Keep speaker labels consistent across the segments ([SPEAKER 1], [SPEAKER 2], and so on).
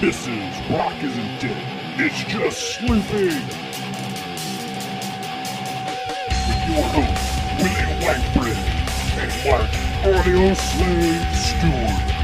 [SPEAKER 1] This is Rock Isn't Dead. It's just sleeping. With your hosts, William Whitebread and Mark Audio Slave Stewart.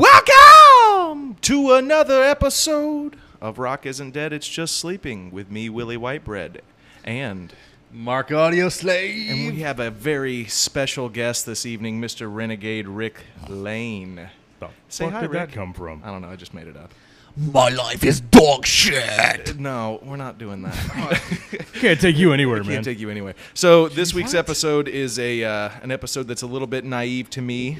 [SPEAKER 2] Welcome to another episode of Rock Isn't Dead, It's Just Sleeping with me, Willie Whitebread. And,
[SPEAKER 3] Mark Audio Slave.
[SPEAKER 2] and we have a very special guest this evening, Mr. Renegade Rick Lane. Say
[SPEAKER 1] fuck
[SPEAKER 2] hi,
[SPEAKER 1] did that
[SPEAKER 2] Rick.
[SPEAKER 1] come from?
[SPEAKER 2] I don't know, I just made it up.
[SPEAKER 3] My life is dog shit.
[SPEAKER 2] No, we're not doing that.
[SPEAKER 1] Can't take you anywhere,
[SPEAKER 2] Can't take you anyway. So this week's episode is a uh, an episode that's a little bit naive to me,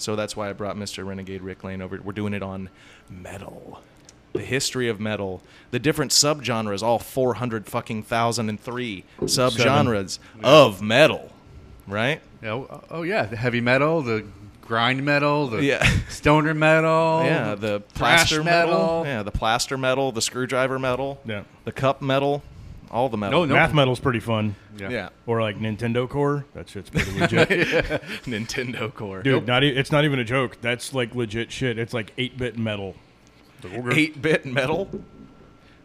[SPEAKER 2] so that's why I brought Mr. Renegade Rick Lane over. We're doing it on metal, the history of metal, the different subgenres, all four hundred fucking thousand and three subgenres of metal, right?
[SPEAKER 3] oh, oh, yeah, the heavy metal, the grind metal, the
[SPEAKER 2] Yeah.
[SPEAKER 3] stoner
[SPEAKER 4] Oh,
[SPEAKER 3] metal.
[SPEAKER 2] yeah, the
[SPEAKER 3] thrash
[SPEAKER 2] plaster
[SPEAKER 3] metal.
[SPEAKER 2] yeah, the plaster metal, the screwdriver metal,
[SPEAKER 4] Yeah.
[SPEAKER 2] the cup metal, all the metal.
[SPEAKER 3] No, no.
[SPEAKER 4] Math metal's pretty fun.
[SPEAKER 3] Yeah.
[SPEAKER 2] yeah,
[SPEAKER 4] Or like Nintendo Core. That shit's pretty legit.
[SPEAKER 2] Nintendo core,
[SPEAKER 4] Dude, not e- it's not even a joke. That's like legit shit. It's like 8 bit metal.
[SPEAKER 2] eight bit metal.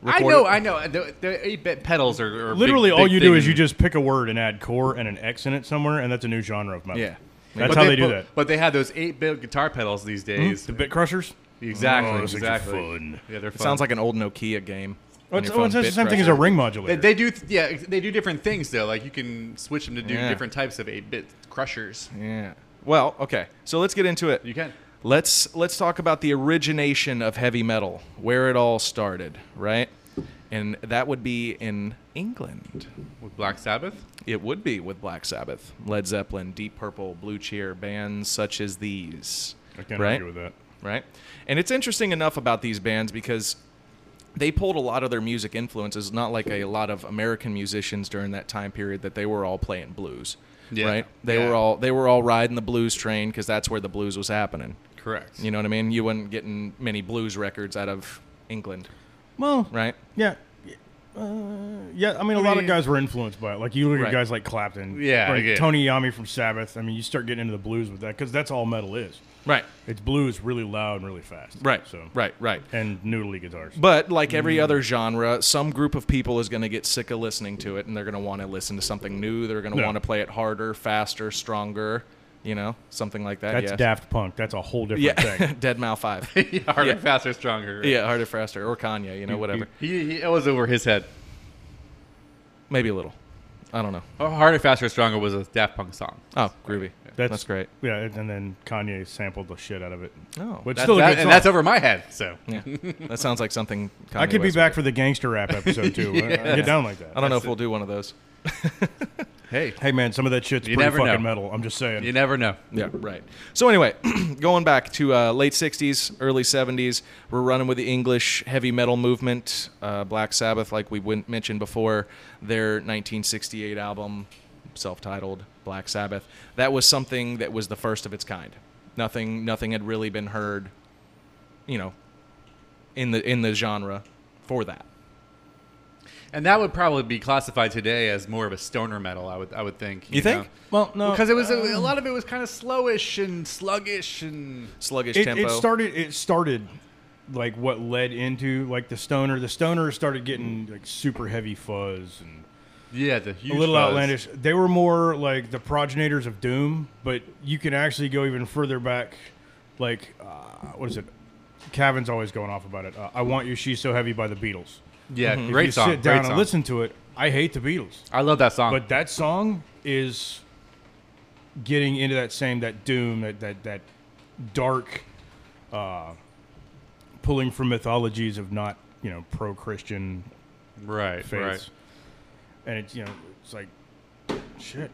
[SPEAKER 3] I
[SPEAKER 2] Recorded-
[SPEAKER 3] know, I know. The, the 8-bit pedals are, are
[SPEAKER 4] Literally,
[SPEAKER 3] big-
[SPEAKER 4] all
[SPEAKER 3] big
[SPEAKER 4] you do
[SPEAKER 3] thing
[SPEAKER 4] is you
[SPEAKER 3] in-
[SPEAKER 4] just pick a word and add core and an X in it somewhere, and that's a new genre of metal.
[SPEAKER 2] Yeah.
[SPEAKER 4] That's
[SPEAKER 3] but
[SPEAKER 4] how they do
[SPEAKER 3] but,
[SPEAKER 4] that. Hmm?
[SPEAKER 3] But they have those 8-bit guitar pedals these days.
[SPEAKER 4] The Bit Crushers?
[SPEAKER 3] Exactly,
[SPEAKER 4] Oh, those things are
[SPEAKER 3] exactly.
[SPEAKER 4] fun.
[SPEAKER 3] Yeah, they're
[SPEAKER 2] It
[SPEAKER 3] fun.
[SPEAKER 2] sounds like an old Nokia game. on
[SPEAKER 4] Oh, it's,
[SPEAKER 2] your
[SPEAKER 4] oh,
[SPEAKER 2] phone,
[SPEAKER 4] it's the
[SPEAKER 2] bit
[SPEAKER 4] same thing as a
[SPEAKER 2] pressure.
[SPEAKER 4] ring
[SPEAKER 3] They,
[SPEAKER 4] modulator.
[SPEAKER 3] they do, th- yeah, they do different things though. Like you can switch them to do
[SPEAKER 2] Yeah.
[SPEAKER 3] different types of 8-bit crushers.
[SPEAKER 2] Yeah. Well, okay. So let's get into it.
[SPEAKER 3] You can.
[SPEAKER 2] Let's let's talk about the origination of heavy metal, where it all started, right? And that would be in England.
[SPEAKER 3] With Black Sabbath.
[SPEAKER 2] It would be with Black Sabbath, Led Zeppelin, Deep Purple, Blue Cheer, bands such as these.
[SPEAKER 4] I can't
[SPEAKER 2] right?
[SPEAKER 4] argue with that.
[SPEAKER 2] right? And it's interesting enough about these bands because they pulled a lot of their music influences, not like a lot of American musicians during that time period that they were all playing blues,
[SPEAKER 3] Yeah.
[SPEAKER 2] right? They
[SPEAKER 3] Yeah.
[SPEAKER 2] were all they were all riding the blues train because that's where the blues was happening.
[SPEAKER 3] Correct.
[SPEAKER 2] You know what I mean? You weren't getting many blues records out of England,
[SPEAKER 4] Well,
[SPEAKER 2] right?
[SPEAKER 4] yeah. Uh, yeah, I mean, a lot of
[SPEAKER 3] mean-
[SPEAKER 4] guys were influenced by it. Like, you look
[SPEAKER 2] Right.
[SPEAKER 4] at guys like Clapton,
[SPEAKER 3] Yeah,
[SPEAKER 4] or
[SPEAKER 3] yeah.
[SPEAKER 4] Tony Yami from Sabbath. I mean, you start getting into the blues with that because that's all metal is.
[SPEAKER 2] Right.
[SPEAKER 4] It's blues really loud and really fast.
[SPEAKER 2] Right.
[SPEAKER 4] So
[SPEAKER 2] Right, right.
[SPEAKER 4] And noodly guitars.
[SPEAKER 2] But like every
[SPEAKER 4] Mm.
[SPEAKER 2] other genre, some group of people is going to get sick of listening to it, and they're going to want to listen to something new. They're going to
[SPEAKER 4] Yeah.
[SPEAKER 2] want to play it harder, faster, stronger. You know, something like that.
[SPEAKER 4] That's
[SPEAKER 2] yes.
[SPEAKER 4] Daft Punk. That's a whole different
[SPEAKER 2] Yeah,
[SPEAKER 4] thing.
[SPEAKER 2] Dead Mal Five.
[SPEAKER 3] yeah, harder,
[SPEAKER 2] Yeah.
[SPEAKER 3] faster, stronger. right?
[SPEAKER 2] yeah, harder, faster, or Kanye. You know, whatever.
[SPEAKER 3] He, he it was over his head.
[SPEAKER 2] Maybe a little. I don't know.
[SPEAKER 3] Oh, Harder, faster, stronger was a Daft Punk song.
[SPEAKER 2] Oh, groovy. That's, great.
[SPEAKER 4] Yeah, and and then Kanye sampled the shit out of it.
[SPEAKER 2] Oh,
[SPEAKER 4] But
[SPEAKER 2] that-
[SPEAKER 4] still a
[SPEAKER 3] That-
[SPEAKER 4] good
[SPEAKER 3] and
[SPEAKER 4] song.
[SPEAKER 3] that's over my head. So
[SPEAKER 2] Yeah, that sounds like something. Kanye
[SPEAKER 4] I could be
[SPEAKER 2] West
[SPEAKER 4] back
[SPEAKER 2] would
[SPEAKER 4] for the gangster rap episode too. I- I get down like
[SPEAKER 2] do.
[SPEAKER 4] that.
[SPEAKER 2] I don't know if we'll do one of those.
[SPEAKER 3] hey,
[SPEAKER 4] Hey man, some of that shit's
[SPEAKER 3] You
[SPEAKER 4] pretty
[SPEAKER 3] never
[SPEAKER 4] fucking
[SPEAKER 3] know.
[SPEAKER 4] metal. I'm just saying.
[SPEAKER 3] you never know.
[SPEAKER 2] Yeah, right. So anyway, going back to uh, late '60s, early '70s, we're running with the English heavy metal movement. Uh, Black Sabbath, like we went, mentioned before, their 1968 album, self-titled Black Sabbath, that was something that was the first of its kind. Nothing, nothing had really been heard, you know, in the in the genre for that.
[SPEAKER 3] And that would probably be classified today as more of a stoner metal. I would I would think. You,
[SPEAKER 2] think?
[SPEAKER 4] well, no, um,
[SPEAKER 3] Because it was a, a lot of it was kind of slowish and sluggish and
[SPEAKER 2] Sluggish
[SPEAKER 4] it,
[SPEAKER 2] tempo.
[SPEAKER 4] it started. It started like what led into like the stoner. The stoner started getting like super heavy fuzz and
[SPEAKER 3] yeah, the huge
[SPEAKER 4] a little
[SPEAKER 3] buzz.
[SPEAKER 4] outlandish. They were more like the progenitors of Doom, but you can actually go even further back. Like, uh, what is it? Cavin's always going off about it. Uh, I want you, she's so heavy by the Beatles.
[SPEAKER 3] Yeah,
[SPEAKER 4] Mm-hmm. If
[SPEAKER 3] great
[SPEAKER 4] you
[SPEAKER 3] song.
[SPEAKER 4] sit down
[SPEAKER 3] great
[SPEAKER 4] and
[SPEAKER 3] song.
[SPEAKER 4] listen to it. I hate the Beatles,
[SPEAKER 3] I love that song.
[SPEAKER 4] but that song is getting into that same that Doom that that that dark, uh, pulling from mythologies of not you know pro Christian
[SPEAKER 3] right,
[SPEAKER 4] faiths.
[SPEAKER 3] right.
[SPEAKER 4] And it's you know it's like shit.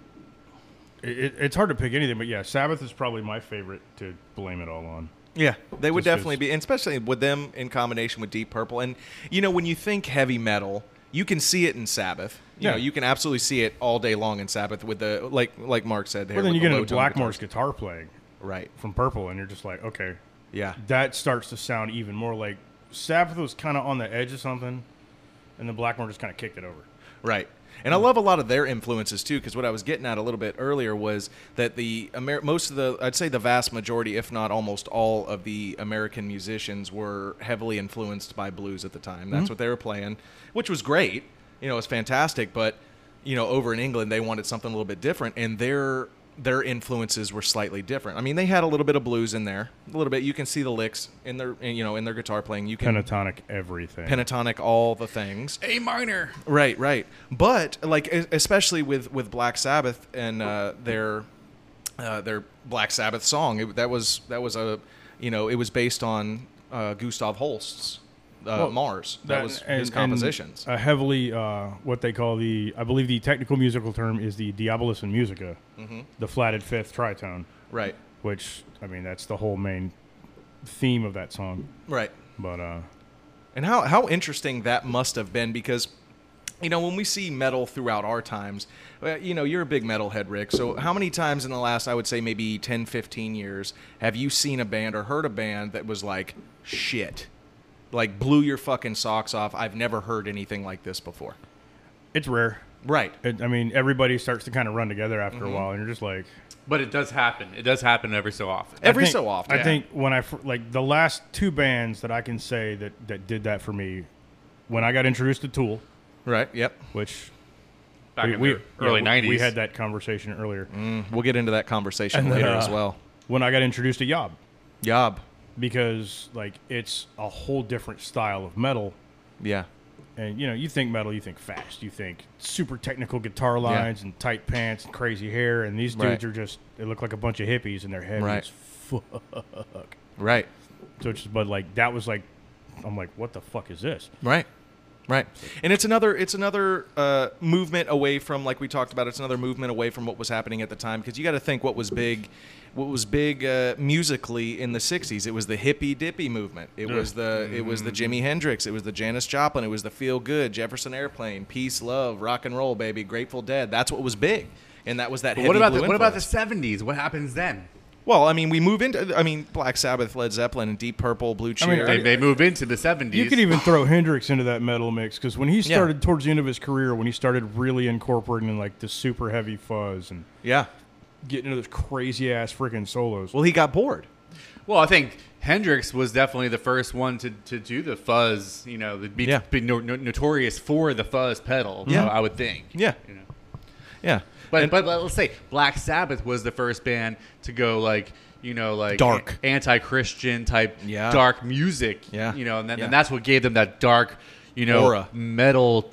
[SPEAKER 4] It, it, it's hard to pick anything, but yeah, Sabbath is probably my favorite to blame it all on.
[SPEAKER 2] Yeah, they would
[SPEAKER 4] Just 'cause-
[SPEAKER 2] definitely be, and especially with them in combination with Deep Purple. And you know, when you think heavy metal, you can see it in Sabbath. You
[SPEAKER 4] Yeah.
[SPEAKER 2] know, you can absolutely see it all day long in Sabbath with the like, like Mark said there.
[SPEAKER 4] But then
[SPEAKER 2] with
[SPEAKER 4] you
[SPEAKER 2] the
[SPEAKER 4] get
[SPEAKER 2] low
[SPEAKER 4] into
[SPEAKER 2] tone
[SPEAKER 4] Blackmore's
[SPEAKER 2] guitars.
[SPEAKER 4] guitar playing
[SPEAKER 2] right?
[SPEAKER 4] from Purple, and you're just like, okay,
[SPEAKER 2] Yeah,
[SPEAKER 4] that starts to sound even more like Sabbath was kind of on the edge of something, and then Blackmore just kind of kicked it over.
[SPEAKER 2] right. And I love a lot of their influences too, because what I was getting at a little bit earlier was that the Amer- most of the, I'd say the vast majority, if not almost all, of the American musicians were heavily influenced by blues at the time. That's what they were playing, which was great. You know, it was fantastic. But you know, over in England, they wanted something a little bit different, and their their influences were slightly different. I mean, they had a little bit of blues in there, a little bit. You can see the licks in their, in, you know, in their guitar playing. You can
[SPEAKER 4] pentatonic everything.
[SPEAKER 2] pentatonic all the things.
[SPEAKER 3] A minor.
[SPEAKER 2] Right, right. But like e- especially with with Black Sabbath and uh, their uh, their Black Sabbath song, it, that was that was a you know it was based on uh, Gustav Holst's uh, Mars. That, was
[SPEAKER 4] and-
[SPEAKER 2] his
[SPEAKER 4] and,
[SPEAKER 2] compositions.
[SPEAKER 4] uh, heavily, uh, what they call the, I believe the technical musical term is the Diabolus in Musica,
[SPEAKER 2] Mm-hmm.
[SPEAKER 4] the flatted fifth tritone,
[SPEAKER 2] right,
[SPEAKER 4] which, I mean, that's the whole main theme of that song.
[SPEAKER 2] right.
[SPEAKER 4] But uh,
[SPEAKER 2] And how how interesting that must have been because you know when we see metal throughout our times, uh, you know you're a big metal head Rick. So how many times in the last I would say maybe 10 15 years have you seen a band or heard a band that was like shit? Like blew your fucking socks off. I've never heard anything like this before.
[SPEAKER 4] it's rare.
[SPEAKER 2] Right.
[SPEAKER 4] It, I mean, everybody starts to kind of run together after
[SPEAKER 2] Mm-hmm.
[SPEAKER 4] a while, and you're just like,
[SPEAKER 3] But it does happen. It does happen every so often.
[SPEAKER 2] Every
[SPEAKER 4] I think-
[SPEAKER 2] so often.
[SPEAKER 4] I
[SPEAKER 2] Yeah.
[SPEAKER 4] think when I fir- like the last two bands that I can say that that did that for me, when I got introduced to Tool,
[SPEAKER 2] Right. Yep.
[SPEAKER 4] which
[SPEAKER 3] Back
[SPEAKER 4] we,
[SPEAKER 3] in
[SPEAKER 4] we-
[SPEAKER 3] the early
[SPEAKER 4] yeah,
[SPEAKER 3] 90s.
[SPEAKER 4] we- we had that conversation earlier.
[SPEAKER 2] We'll get into that conversation
[SPEAKER 4] And then,
[SPEAKER 2] later
[SPEAKER 4] uh,
[SPEAKER 2] as well.
[SPEAKER 4] When I got introduced to Yob,
[SPEAKER 2] Yob.
[SPEAKER 4] because like it's a whole different style of metal,
[SPEAKER 2] Yeah.
[SPEAKER 4] and you know, you think metal, you think fast, you think super technical guitar lines and tight pants and crazy hair, and these dudes
[SPEAKER 2] Right.
[SPEAKER 4] are just they look like a bunch of hippies and they're heavy
[SPEAKER 2] Right.
[SPEAKER 4] as fuck.
[SPEAKER 2] Right.
[SPEAKER 4] So it's just, but like that was like, I'm like, what the fuck is this?
[SPEAKER 2] Right. Right. And it's another it's another uh, movement away from like we talked about it's another movement away from what was happening at the time because you got to think what was big what was big uh, musically in the 60s it was the hippy dippy movement. It was the it was the
[SPEAKER 3] Mm-hmm.
[SPEAKER 2] Jimi Hendrix, it was the Janis Joplin, it was the feel good Jefferson Airplane, peace, love, rock and roll baby, Grateful Dead. That's what was big. And that was that
[SPEAKER 3] But
[SPEAKER 2] heavy
[SPEAKER 3] what about
[SPEAKER 2] blue
[SPEAKER 3] the, what about the
[SPEAKER 2] influence.
[SPEAKER 3] 70s? What happens then?
[SPEAKER 2] Well, I mean, we move into I mean, Black Sabbath, Led Zeppelin, Deep Purple, Blue
[SPEAKER 4] mean,
[SPEAKER 2] Cheer.
[SPEAKER 3] They, they move into the 70s.
[SPEAKER 4] You could even throw Hendrix into that metal mix because when he
[SPEAKER 2] Yeah.
[SPEAKER 4] started towards the end of his career, when he started really incorporating like the super heavy fuzz and
[SPEAKER 2] yeah.
[SPEAKER 4] getting into those crazy ass freaking solos.
[SPEAKER 2] Well, he got bored.
[SPEAKER 3] Well, I think Hendrix was definitely the first one to, to do the fuzz, you know, the, be,
[SPEAKER 2] Yeah.
[SPEAKER 3] be no, no- notorious for the fuzz pedal,
[SPEAKER 2] Yeah.
[SPEAKER 3] I would think.
[SPEAKER 2] Yeah.
[SPEAKER 3] You know.
[SPEAKER 2] Yeah.
[SPEAKER 3] But,
[SPEAKER 2] And-
[SPEAKER 3] but let's say Black Sabbath was the first band to go like you know like
[SPEAKER 2] Dark.
[SPEAKER 3] anti Christian type
[SPEAKER 2] Yeah.
[SPEAKER 3] dark music.
[SPEAKER 2] Yeah.
[SPEAKER 3] You know, and then
[SPEAKER 2] Yeah.
[SPEAKER 3] and that's what gave them that dark, you know,
[SPEAKER 2] Aura.
[SPEAKER 3] metal,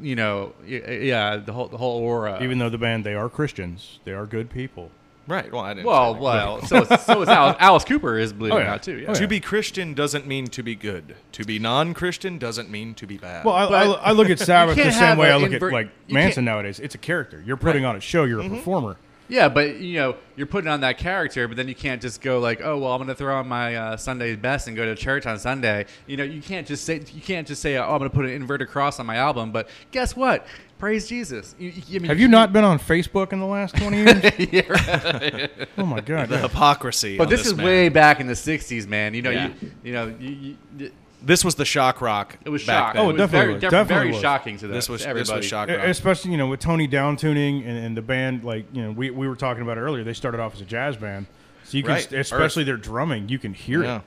[SPEAKER 3] you know, y- yeah, the whole the whole aura.
[SPEAKER 4] Even though the band they are Christians, they are good people.
[SPEAKER 2] right. Well, I didn't say
[SPEAKER 3] well,
[SPEAKER 2] that.
[SPEAKER 3] well, so is- so is Alice, Alice Cooper is believe it
[SPEAKER 4] Oh,
[SPEAKER 3] or
[SPEAKER 4] yeah.
[SPEAKER 3] not too. Yeah.
[SPEAKER 4] Oh,
[SPEAKER 2] To be Christian doesn't mean to be good. To be non-Christian doesn't mean to be bad.
[SPEAKER 4] Well, I, I,
[SPEAKER 3] But-
[SPEAKER 4] I look at Sabbath
[SPEAKER 3] You
[SPEAKER 4] the
[SPEAKER 3] can't have
[SPEAKER 4] same way
[SPEAKER 3] a
[SPEAKER 4] I look
[SPEAKER 3] invert-
[SPEAKER 4] at like
[SPEAKER 3] you
[SPEAKER 4] Manson nowadays. It's a character. You're putting on a show. You're a performer.
[SPEAKER 3] Yeah, but you know, you're putting on that character, but then you can't just go like, "Oh, well, I'm going to throw on my uh, Sunday best and go to church on Sunday." You know, you can't just say you can't just say, "Oh, I'm going to put an inverted cross on my album." But guess what? Praise Jesus. You, you, I mean,
[SPEAKER 4] Have you not been on Facebook in the last twenty years?
[SPEAKER 3] Yeah, right.
[SPEAKER 4] oh my god!
[SPEAKER 2] the hypocrisy.
[SPEAKER 3] But
[SPEAKER 2] on
[SPEAKER 3] this, is
[SPEAKER 2] man.
[SPEAKER 3] way back in the '60s, man. You know,
[SPEAKER 2] Yeah.
[SPEAKER 3] you, you know, you, you,
[SPEAKER 2] This was the shock rock.
[SPEAKER 3] it was
[SPEAKER 2] back
[SPEAKER 3] shocking.
[SPEAKER 2] then.
[SPEAKER 4] Oh,
[SPEAKER 3] it was
[SPEAKER 4] definitely
[SPEAKER 3] very,
[SPEAKER 4] was.
[SPEAKER 3] def-
[SPEAKER 4] Definitely
[SPEAKER 3] very
[SPEAKER 4] was.
[SPEAKER 3] shocking to that.
[SPEAKER 2] This was
[SPEAKER 3] to
[SPEAKER 2] this
[SPEAKER 3] everybody.
[SPEAKER 2] was shock
[SPEAKER 4] E-
[SPEAKER 2] rock.
[SPEAKER 4] Especially, you know, with Tony down tuning and, and the band, like, you know, we, we were talking about it earlier. They started off as a jazz band. So you can,
[SPEAKER 2] Right.
[SPEAKER 4] especially their drumming, you can hear
[SPEAKER 2] Yeah.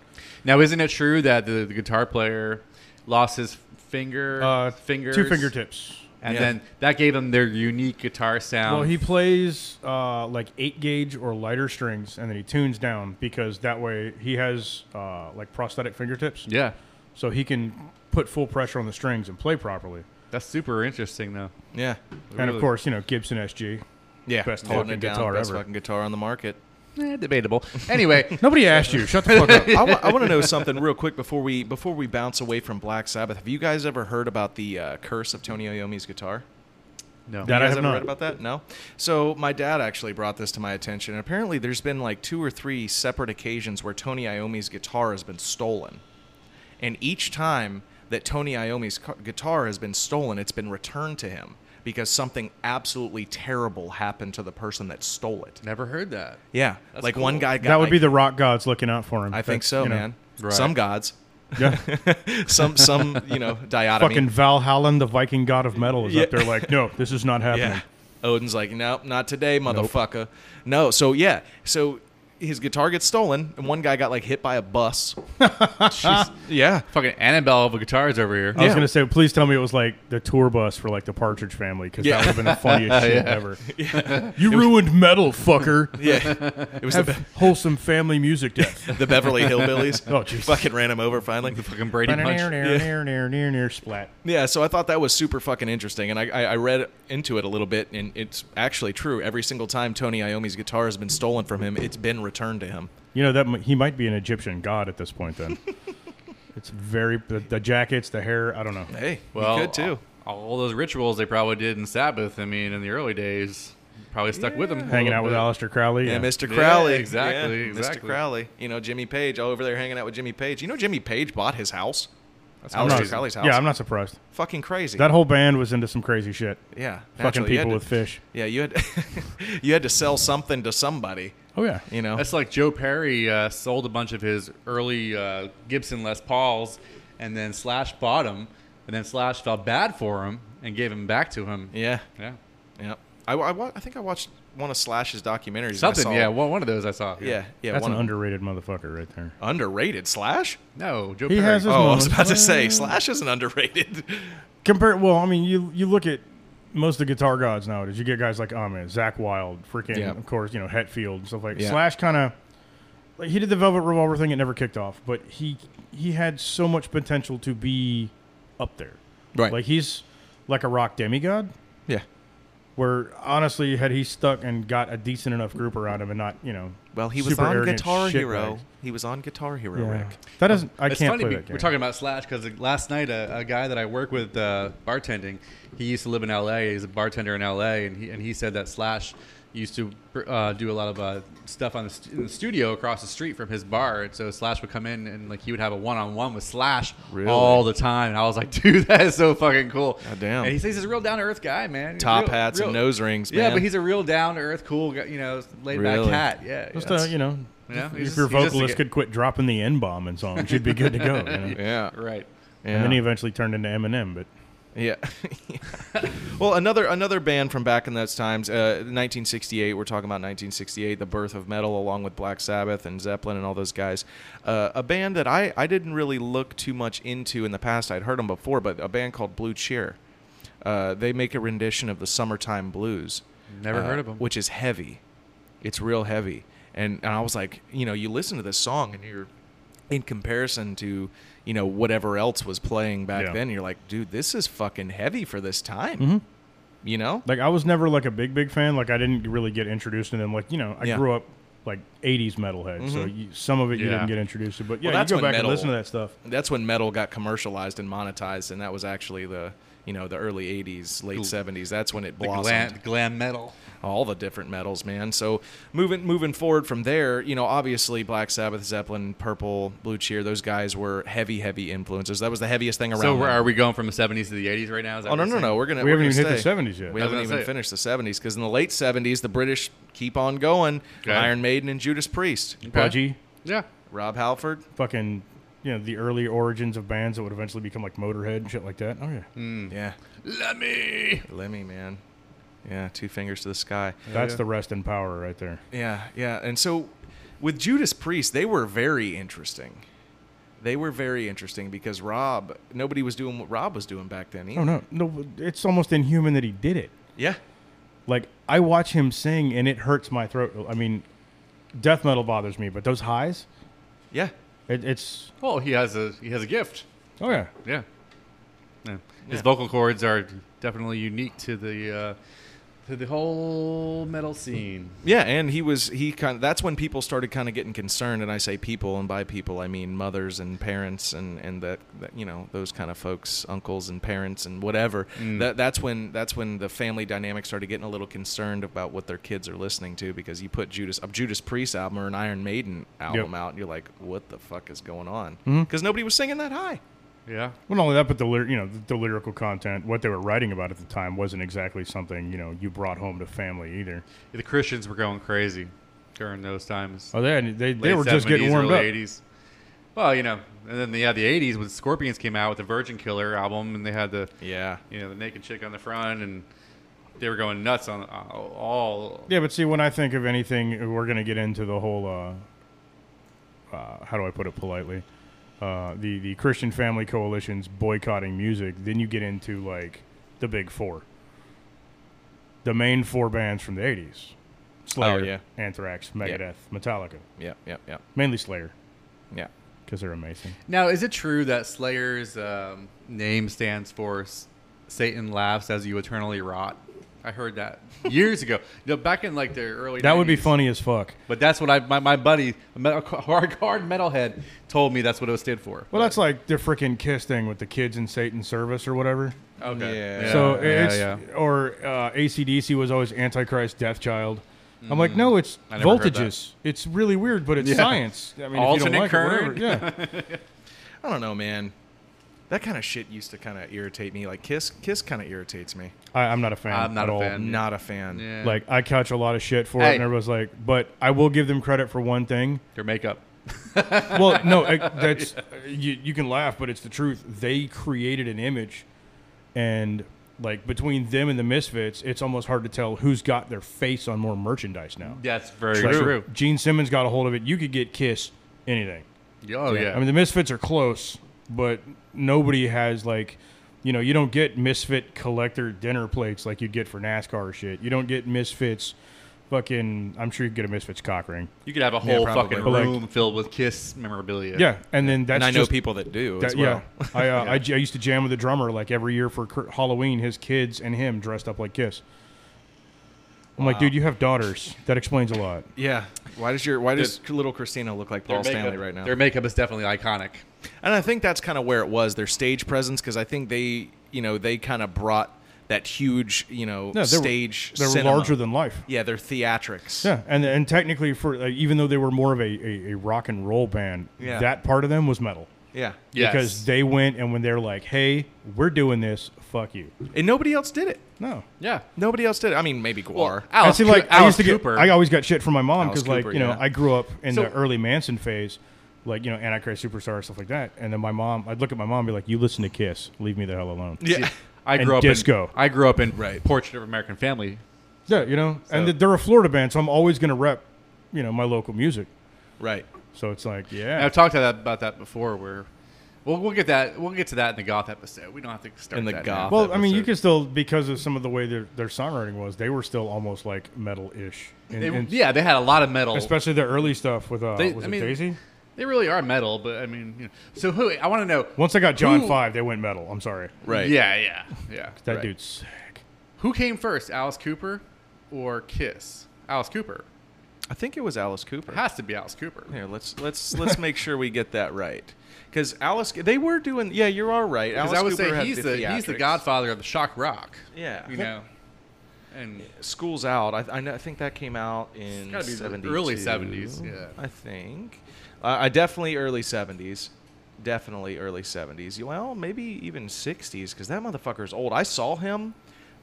[SPEAKER 3] Now, isn't it true that the, the guitar player lost his finger,
[SPEAKER 4] it. Uh,
[SPEAKER 3] fingers,
[SPEAKER 4] Two fingertips.
[SPEAKER 3] and
[SPEAKER 2] Yeah.
[SPEAKER 3] then that gave them their unique guitar sound?
[SPEAKER 4] Well, he plays uh, like eight gauge or lighter strings, and then he tunes down because that way he has uh, like prosthetic fingertips,
[SPEAKER 3] yeah.
[SPEAKER 4] so he can put full pressure on the strings and play properly.
[SPEAKER 3] That's super interesting, though.
[SPEAKER 2] Yeah.
[SPEAKER 4] And of
[SPEAKER 3] Really?
[SPEAKER 4] course, you know Gibson SG.
[SPEAKER 2] Yeah.
[SPEAKER 4] Best
[SPEAKER 2] Holding
[SPEAKER 4] fucking
[SPEAKER 2] it down,
[SPEAKER 4] guitar
[SPEAKER 2] best
[SPEAKER 4] ever.
[SPEAKER 2] fucking guitar on the market.
[SPEAKER 3] Eh, debatable. Anyway,
[SPEAKER 4] Nobody asked you. Shut the fuck up.
[SPEAKER 2] I want to know something real quick before we before we bounce away from Black Sabbath. Have you guys ever heard about the uh, curse of Tony Iommi's guitar?
[SPEAKER 3] no.
[SPEAKER 4] That
[SPEAKER 2] you
[SPEAKER 4] I
[SPEAKER 2] guys
[SPEAKER 4] have
[SPEAKER 2] ever
[SPEAKER 4] not.
[SPEAKER 2] read about that? No. So my dad actually brought this to my attention. And apparently, there's been like two or three separate occasions where Tony Iommi's guitar has been stolen, and each time that Tony Iommi's cu- guitar has been stolen, it's been returned to him because something absolutely terrible happened to the person that stole it.
[SPEAKER 3] never heard that.
[SPEAKER 2] Yeah, like one
[SPEAKER 3] cool.
[SPEAKER 2] guy got
[SPEAKER 4] That would be
[SPEAKER 2] like-
[SPEAKER 4] the rock gods looking out for him.
[SPEAKER 2] I think
[SPEAKER 4] That's,
[SPEAKER 2] so,
[SPEAKER 4] you know,
[SPEAKER 2] man.
[SPEAKER 3] Right.
[SPEAKER 2] Some gods.
[SPEAKER 4] Yeah.
[SPEAKER 2] some some you know diotomy.
[SPEAKER 4] Fucking Valhalla, the Viking god of metal, is up
[SPEAKER 2] Yeah.
[SPEAKER 4] there like, no, this is not happening.
[SPEAKER 2] Yeah. Odin's like, nope, not today, motherfucker. No. So yeah. So his guitar gets stolen, and one guy got like hit by a bus. Jeez. Yeah.
[SPEAKER 3] Fucking Annabelle of a guitars over here.
[SPEAKER 4] I was
[SPEAKER 2] Yeah.
[SPEAKER 4] gonna say, please tell me it was like the tour bus for like the Partridge Family because
[SPEAKER 2] Yeah.
[SPEAKER 4] that would have been the funniest shit ever. You ruined metal, fucker.
[SPEAKER 2] Yeah. It was the,
[SPEAKER 4] Have
[SPEAKER 2] Be-
[SPEAKER 4] wholesome family music death.
[SPEAKER 2] the Beverly Hillbillies.
[SPEAKER 4] Oh, jeez.
[SPEAKER 2] Fucking ran him over finally.
[SPEAKER 3] Fucking Brady Punch.
[SPEAKER 4] Near splat.
[SPEAKER 2] Yeah, so I thought that was super fucking interesting, and I, I, I read into it a little bit, and it's actually true. Every single time Tony Iommi's guitar has been stolen from him, it's been returned to him.
[SPEAKER 4] You know that m- he might be an Egyptian god at this point. Then it's very the, the jackets, the hair. I don't know.
[SPEAKER 2] Hey,
[SPEAKER 3] Well,
[SPEAKER 2] he could too.
[SPEAKER 3] All, all those rituals they probably did in Sabbath. I mean, in the early days, probably stuck with them. a
[SPEAKER 4] Hanging
[SPEAKER 3] little
[SPEAKER 4] out with
[SPEAKER 3] bit.
[SPEAKER 4] Aleister Crowley.
[SPEAKER 2] Yeah,
[SPEAKER 4] yeah.
[SPEAKER 2] Mr.
[SPEAKER 3] Yeah,
[SPEAKER 2] Crowley.
[SPEAKER 3] exactly,
[SPEAKER 2] Yeah, Mr.
[SPEAKER 3] exactly.
[SPEAKER 2] Crowley. You know, Jimmy Page, all over there hanging out with Jimmy Page. You know, Jimmy Page bought his house. That's
[SPEAKER 4] I'm
[SPEAKER 2] Aleister
[SPEAKER 4] not-
[SPEAKER 2] Crowley's house.
[SPEAKER 4] yeah, I'm not surprised.
[SPEAKER 2] fucking crazy.
[SPEAKER 4] That whole band was into some crazy shit.
[SPEAKER 2] yeah,
[SPEAKER 4] Fucking
[SPEAKER 2] naturally. You had
[SPEAKER 4] people
[SPEAKER 2] to-
[SPEAKER 4] with fish.
[SPEAKER 2] Yeah, you had you had to sell something to somebody.
[SPEAKER 4] Oh yeah.
[SPEAKER 2] You know,
[SPEAKER 3] That's like Joe Perry uh, sold a bunch of his early uh, Gibson Les Pauls, and then Slash bought them, and then Slash felt bad for him and gave him back to him.
[SPEAKER 2] yeah,
[SPEAKER 3] Yeah.
[SPEAKER 2] yeah. I, I, wa- I think I watched one of Slash's documentaries. and I
[SPEAKER 3] Something.
[SPEAKER 2] saw-
[SPEAKER 3] Yeah. One, one of those I saw.
[SPEAKER 2] yeah, yeah.
[SPEAKER 4] That's
[SPEAKER 2] one
[SPEAKER 4] an
[SPEAKER 2] of-
[SPEAKER 4] underrated motherfucker right there.
[SPEAKER 2] underrated Slash.
[SPEAKER 3] No, Joe
[SPEAKER 4] He
[SPEAKER 3] Perry.
[SPEAKER 4] has his
[SPEAKER 2] Oh, I was
[SPEAKER 4] moments.
[SPEAKER 2] about to say Slash isn't underrated.
[SPEAKER 4] Compare well, I mean, you you look at most of the guitar gods nowadays. You get guys like oh man, Zach Wild, freaking
[SPEAKER 2] Yeah.
[SPEAKER 4] of course, you know Hetfield and stuff like.
[SPEAKER 2] Yeah.
[SPEAKER 4] Slash kind of like he did the Velvet Revolver thing, it never kicked off, but he he had so much potential to be up there.
[SPEAKER 2] Right.
[SPEAKER 4] Like he's like a rock demigod.
[SPEAKER 2] yeah.
[SPEAKER 4] Where honestly, had he stuck and got a decent enough group around him, and not you know,
[SPEAKER 2] Well, he was
[SPEAKER 4] super
[SPEAKER 2] on
[SPEAKER 4] arrogant
[SPEAKER 2] Guitar
[SPEAKER 4] shitbags.
[SPEAKER 2] Hero. Um, He was on Guitar Hero,
[SPEAKER 4] Yeah.
[SPEAKER 2] Rick.
[SPEAKER 4] That doesn't. I
[SPEAKER 3] It's
[SPEAKER 4] can't
[SPEAKER 3] funny.
[SPEAKER 4] play
[SPEAKER 3] we-
[SPEAKER 4] that game.
[SPEAKER 3] We're talking about Slash because last night a, a guy that I work with uh, bartending, he used to live in L.A. He's a bartender in L.A. and he and he said that Slash used to uh, do a lot of uh, stuff on the, st- in the studio across the street from his bar. And so Slash would come in and like he would have a one-on-one with Slash
[SPEAKER 2] Really?
[SPEAKER 3] all the time. And I was like, dude, that is so fucking cool.
[SPEAKER 2] God damn.
[SPEAKER 3] And he says he's a real down-to-earth guy, man. He's
[SPEAKER 2] Top
[SPEAKER 3] real-
[SPEAKER 2] hats and
[SPEAKER 3] real-
[SPEAKER 2] nose rings.
[SPEAKER 3] Yeah,
[SPEAKER 2] man.
[SPEAKER 3] but he's a real down-to-earth, cool, guy, you know, laid-back
[SPEAKER 2] Really?
[SPEAKER 3] cat. Yeah,
[SPEAKER 4] Just
[SPEAKER 3] yeah.
[SPEAKER 4] uh, you know,
[SPEAKER 3] Yeah,
[SPEAKER 4] if
[SPEAKER 3] he's just-
[SPEAKER 4] your
[SPEAKER 3] he's just a
[SPEAKER 4] vocalist
[SPEAKER 3] g-
[SPEAKER 4] could quit dropping the n bomb in songs, you'd be good to go. you know?
[SPEAKER 2] yeah,
[SPEAKER 3] right.
[SPEAKER 2] yeah.
[SPEAKER 4] And then he eventually turned into Eminem, but
[SPEAKER 2] Yeah. well, another another band from back in those times, uh, 1968. We're talking about 1968, the birth of metal, along with Black Sabbath and Zeppelin and all those guys. Uh, a band that I I didn't really look too much into in the past. I'd heard them before, but a band called Blue Cheer. Uh, they make a rendition of the Summertime Blues.
[SPEAKER 3] Never
[SPEAKER 2] uh,
[SPEAKER 3] heard of 'em.
[SPEAKER 2] Which is heavy. It's real heavy. And, and I was like, you know, you listen to this song and you're in comparison to, you know, whatever else was playing back
[SPEAKER 4] Yeah.
[SPEAKER 2] then, you're like, dude, this is fucking heavy for this time.
[SPEAKER 3] Mm-hmm.
[SPEAKER 2] You know?
[SPEAKER 4] like I was never like a big, big fan. Like I didn't really get introduced to them. Like you know, I
[SPEAKER 2] Yeah.
[SPEAKER 4] grew up like '80s metalhead, so you, some of it you
[SPEAKER 3] Mm-hmm. Yeah.
[SPEAKER 4] didn't get introduced to. But yeah,
[SPEAKER 2] that's
[SPEAKER 4] you go
[SPEAKER 2] when
[SPEAKER 4] back
[SPEAKER 2] metal-
[SPEAKER 4] and listen to that stuff.
[SPEAKER 2] That's when metal got commercialized and monetized, and that was actually the you know the early '80s, late
[SPEAKER 3] Gl-
[SPEAKER 2] '70s. That's when it
[SPEAKER 3] The
[SPEAKER 2] blossomed.
[SPEAKER 3] glam, glam metal.
[SPEAKER 2] all the different metals, man. So moving moving forward from there, you know, obviously Black Sabbath, Zeppelin, Purple, Blue Cheer, those guys were heavy, heavy influences. That was the heaviest thing around.
[SPEAKER 3] So
[SPEAKER 2] then.
[SPEAKER 3] where are we going from the 70s to the 80s right now? Is that
[SPEAKER 2] Oh
[SPEAKER 3] what
[SPEAKER 2] no,
[SPEAKER 3] you're
[SPEAKER 2] no,
[SPEAKER 3] saying?
[SPEAKER 2] no! We're gonna.
[SPEAKER 4] We
[SPEAKER 2] are
[SPEAKER 4] haven't
[SPEAKER 2] gonna
[SPEAKER 4] even hit the
[SPEAKER 2] stay.
[SPEAKER 4] 70s yet.
[SPEAKER 2] We
[SPEAKER 3] was
[SPEAKER 4] I
[SPEAKER 2] haven't
[SPEAKER 3] gonna
[SPEAKER 2] even
[SPEAKER 3] say.
[SPEAKER 2] finished the '70s because in the late '70s, the British keep on going.
[SPEAKER 3] Okay.
[SPEAKER 2] Iron Maiden and Judas Priest,
[SPEAKER 3] Okay.
[SPEAKER 4] Budgie,
[SPEAKER 3] Yeah.
[SPEAKER 2] Rob Halford.
[SPEAKER 4] fucking, you know, the early origins of bands that would eventually become like Motorhead and shit like that. Oh yeah,
[SPEAKER 3] Mm, Hmm.
[SPEAKER 2] Yeah,
[SPEAKER 3] Let me.
[SPEAKER 2] Lemmy, man. Yeah, two fingers to the sky.
[SPEAKER 4] that's the rest in power right there.
[SPEAKER 2] Yeah, yeah. And so with Judas Priest, they were very interesting. They were very interesting because Rob, nobody was doing what Rob was doing back then. Either.
[SPEAKER 4] Oh no, no, it's almost inhuman that he did it.
[SPEAKER 2] Yeah.
[SPEAKER 4] Like I watch him sing and it hurts my throat. I mean, death metal bothers me, but those highs,
[SPEAKER 2] Yeah.
[SPEAKER 4] it, it's
[SPEAKER 3] Well, Oh, he has a he has a gift.
[SPEAKER 4] oh yeah.
[SPEAKER 3] Yeah. Yeah. His vocal cords are definitely unique to the uh, to the whole metal scene.
[SPEAKER 2] Yeah, and he was he kind of that's when people started kind of getting concerned and I say people and by people I mean mothers and parents and and that, that you know those kind of folks, uncles and parents and whatever. That that's when that's when the family dynamic started getting a little concerned about what their kids are listening to because you put Judas a Judas Priest album or an Iron Maiden album out and you're like what the fuck is going on? Cuz nobody was singing that high.
[SPEAKER 3] Yeah.
[SPEAKER 4] Well, not only that, but the lyr- you know the, the lyrical content, what they were writing about at the time, wasn't exactly something you know you brought home to family either.
[SPEAKER 3] The Christians were going crazy during those times.
[SPEAKER 4] Oh, they they, they
[SPEAKER 3] Late
[SPEAKER 4] were just getting
[SPEAKER 3] 70s,
[SPEAKER 4] warmed
[SPEAKER 3] early
[SPEAKER 4] up.
[SPEAKER 3] 80s. Well, you know, and then yeah, the '80s when Scorpions came out with the Virgin Killer album, and they had the
[SPEAKER 2] Yeah.
[SPEAKER 3] you know the naked chick on the front, and they were going nuts on uh, all.
[SPEAKER 4] Yeah, but see, when I think of anything, uh, we're going to get into the whole. Uh, uh, how do I put it politely? Uh, the the Christian family coalitions boycotting music. Then you get into like the big four, the main four bands from the '80s: Slayer,
[SPEAKER 2] Oh, yeah.
[SPEAKER 4] Anthrax, Megadeth, Metallica.
[SPEAKER 2] Yeah. Yeah. Yeah.
[SPEAKER 4] Mainly Slayer
[SPEAKER 2] Yeah.
[SPEAKER 4] because they're amazing.
[SPEAKER 3] Now, is it true that Slayer's um, name stands for S- Satan laughs as you eternally rot? I heard that years ago. You know, back in like the early.
[SPEAKER 4] That would be
[SPEAKER 3] 90s.
[SPEAKER 4] funny as fuck.
[SPEAKER 3] But that's what I my, my buddy, a metal- hard hard metalhead, told me that's what it was stood for.
[SPEAKER 4] Well, that's like the freaking kiss thing with the kids in Satan's service or whatever.
[SPEAKER 3] okay.
[SPEAKER 2] Yeah.
[SPEAKER 4] so
[SPEAKER 3] yeah,
[SPEAKER 4] it's
[SPEAKER 3] yeah.
[SPEAKER 4] or uh, ACDC was always Antichrist, Death Child. I'm like, no, it's
[SPEAKER 3] Mm-hmm. I never heard
[SPEAKER 4] voltages. It's really weird, but it's
[SPEAKER 3] Yeah.
[SPEAKER 4] science. I mean,
[SPEAKER 3] Alternate
[SPEAKER 4] if you don't like it,
[SPEAKER 3] current.
[SPEAKER 4] whatever. Yeah,
[SPEAKER 2] I don't know, man. That kind of shit used to kind of irritate me. Like Kiss, Kiss kind of irritates me.
[SPEAKER 4] I, I'm not a fan.
[SPEAKER 3] I'm not
[SPEAKER 4] at
[SPEAKER 3] a
[SPEAKER 4] all.
[SPEAKER 3] fan.
[SPEAKER 2] Not a fan.
[SPEAKER 3] Yeah.
[SPEAKER 4] Like, I catch a lot of shit for it,
[SPEAKER 3] Hey.
[SPEAKER 4] and everyone's like, but I will give them credit for one thing.
[SPEAKER 3] their makeup.
[SPEAKER 4] well, no, I- that's you, you can laugh, but it's the truth. They created an image, and like between them and the Misfits, it's almost hard to tell who's got their face on more merchandise now.
[SPEAKER 3] That's very
[SPEAKER 4] Like,
[SPEAKER 3] true.
[SPEAKER 4] Gene Simmons got a hold of it. You could get Kiss anything.
[SPEAKER 3] Oh yeah.
[SPEAKER 4] I mean, the Misfits are close, but nobody has like, you know, you don't get Misfit collector dinner plates like you'd get for NASCAR shit. You don't get Misfits. Fucking, I'm sure you could get a Misfits cock ring.
[SPEAKER 3] you could have a whole
[SPEAKER 2] probably.
[SPEAKER 3] fucking
[SPEAKER 4] But, like-
[SPEAKER 3] room filled with Kiss memorabilia.
[SPEAKER 4] Yeah, and then that's
[SPEAKER 2] and I know
[SPEAKER 4] just
[SPEAKER 2] people that do
[SPEAKER 4] That-
[SPEAKER 2] as well.
[SPEAKER 4] Yeah, I, uh, I j- I used to jam with a drummer like every year for cr- Halloween. His kids and him dressed up like Kiss. I'm like, dude, you have daughters. That explains a lot.
[SPEAKER 2] Yeah. Why does your Why does little Christina look like
[SPEAKER 3] Their
[SPEAKER 2] Paul
[SPEAKER 3] makeup-
[SPEAKER 2] Stanley right now?
[SPEAKER 3] Their makeup is definitely iconic.
[SPEAKER 2] And I think that's kind of where it was their stage presence because I think they, you know, they kind of brought that huge, you know,
[SPEAKER 4] No, they were-
[SPEAKER 2] stage.
[SPEAKER 4] They're
[SPEAKER 2] cinema.
[SPEAKER 4] larger than life.
[SPEAKER 2] Yeah, they're theatrics.
[SPEAKER 4] Yeah, and and technically, for like, even though they were more of a, a, a rock and roll band,
[SPEAKER 2] Yeah.
[SPEAKER 4] that part of them was metal
[SPEAKER 2] Yeah.
[SPEAKER 3] Yes.
[SPEAKER 4] because they went and when they're like, hey, we're doing this, fuck you.
[SPEAKER 2] And nobody else did it.
[SPEAKER 4] No,
[SPEAKER 3] yeah.
[SPEAKER 2] Nobody else did it. I mean, maybe Guar.
[SPEAKER 3] Well,
[SPEAKER 4] I
[SPEAKER 3] Alice,
[SPEAKER 4] seem like
[SPEAKER 3] Coo-
[SPEAKER 4] I
[SPEAKER 3] Alice
[SPEAKER 4] used to
[SPEAKER 3] Cooper.
[SPEAKER 4] get I always got shit from my mom
[SPEAKER 2] Alice
[SPEAKER 4] because like
[SPEAKER 2] Cooper,
[SPEAKER 4] you know
[SPEAKER 2] yeah.
[SPEAKER 4] I grew up in
[SPEAKER 3] So-
[SPEAKER 4] the early Manson phase, like you know Antichrist Superstar stuff like that, and then my mom I'd look at my mom and be like, "You listen to Kiss, leave me the hell alone."
[SPEAKER 2] yeah.
[SPEAKER 3] I
[SPEAKER 4] and
[SPEAKER 3] grew up
[SPEAKER 4] disco.
[SPEAKER 3] in I grew up in
[SPEAKER 2] Right.
[SPEAKER 3] Portrait of American Family.
[SPEAKER 4] Yeah, you know,
[SPEAKER 3] So-
[SPEAKER 4] and th- they're a Florida band, so I'm always gonna rep, you know, my local music.
[SPEAKER 2] right.
[SPEAKER 4] So it's like,
[SPEAKER 3] And
[SPEAKER 4] yeah,
[SPEAKER 3] I've talked to that, about that before. Where, well, we'll get that. We'll get to that in the goth episode. We don't have to start
[SPEAKER 2] In the
[SPEAKER 3] that
[SPEAKER 2] goth
[SPEAKER 3] Now.
[SPEAKER 4] well, I mean, you
[SPEAKER 2] episode.
[SPEAKER 4] can still because of some of the way their their songwriting was, they were still almost like metal ish,
[SPEAKER 3] They- yeah, they had a lot of metal.
[SPEAKER 4] especially the early stuff with uh,
[SPEAKER 3] They-
[SPEAKER 4] was
[SPEAKER 3] I
[SPEAKER 4] it
[SPEAKER 3] mean-
[SPEAKER 4] Daisy?
[SPEAKER 3] They really are metal, but I mean, you know. so who? I want to know.
[SPEAKER 4] Once I got John
[SPEAKER 3] who-
[SPEAKER 4] Five, they went metal. I'm sorry,
[SPEAKER 2] Right.
[SPEAKER 3] Yeah, yeah, yeah.
[SPEAKER 4] that
[SPEAKER 2] Right.
[SPEAKER 4] dude's sick.
[SPEAKER 3] Who came first, Alice Cooper or Kiss? Alice Cooper
[SPEAKER 2] I think it was Alice Cooper.
[SPEAKER 3] it has to be Alice Cooper.
[SPEAKER 2] Here, let's let's let's make sure we get that right. Because Alice, they were doing. Yeah, you are right.
[SPEAKER 3] Because
[SPEAKER 2] Alice
[SPEAKER 3] I would
[SPEAKER 2] Cooper
[SPEAKER 3] say
[SPEAKER 2] had
[SPEAKER 3] he's the he's the
[SPEAKER 2] theatrics.
[SPEAKER 3] godfather of the shock rock.
[SPEAKER 2] Yeah.
[SPEAKER 3] you know, and
[SPEAKER 2] School's Out. I, I, know, I think that came out in
[SPEAKER 3] gotta be the
[SPEAKER 2] 72,
[SPEAKER 3] early 70s, yeah.
[SPEAKER 2] I think. Uh, I definitely early seventies. Definitely early seventies. Well, maybe even sixties because that motherfucker's old. I saw him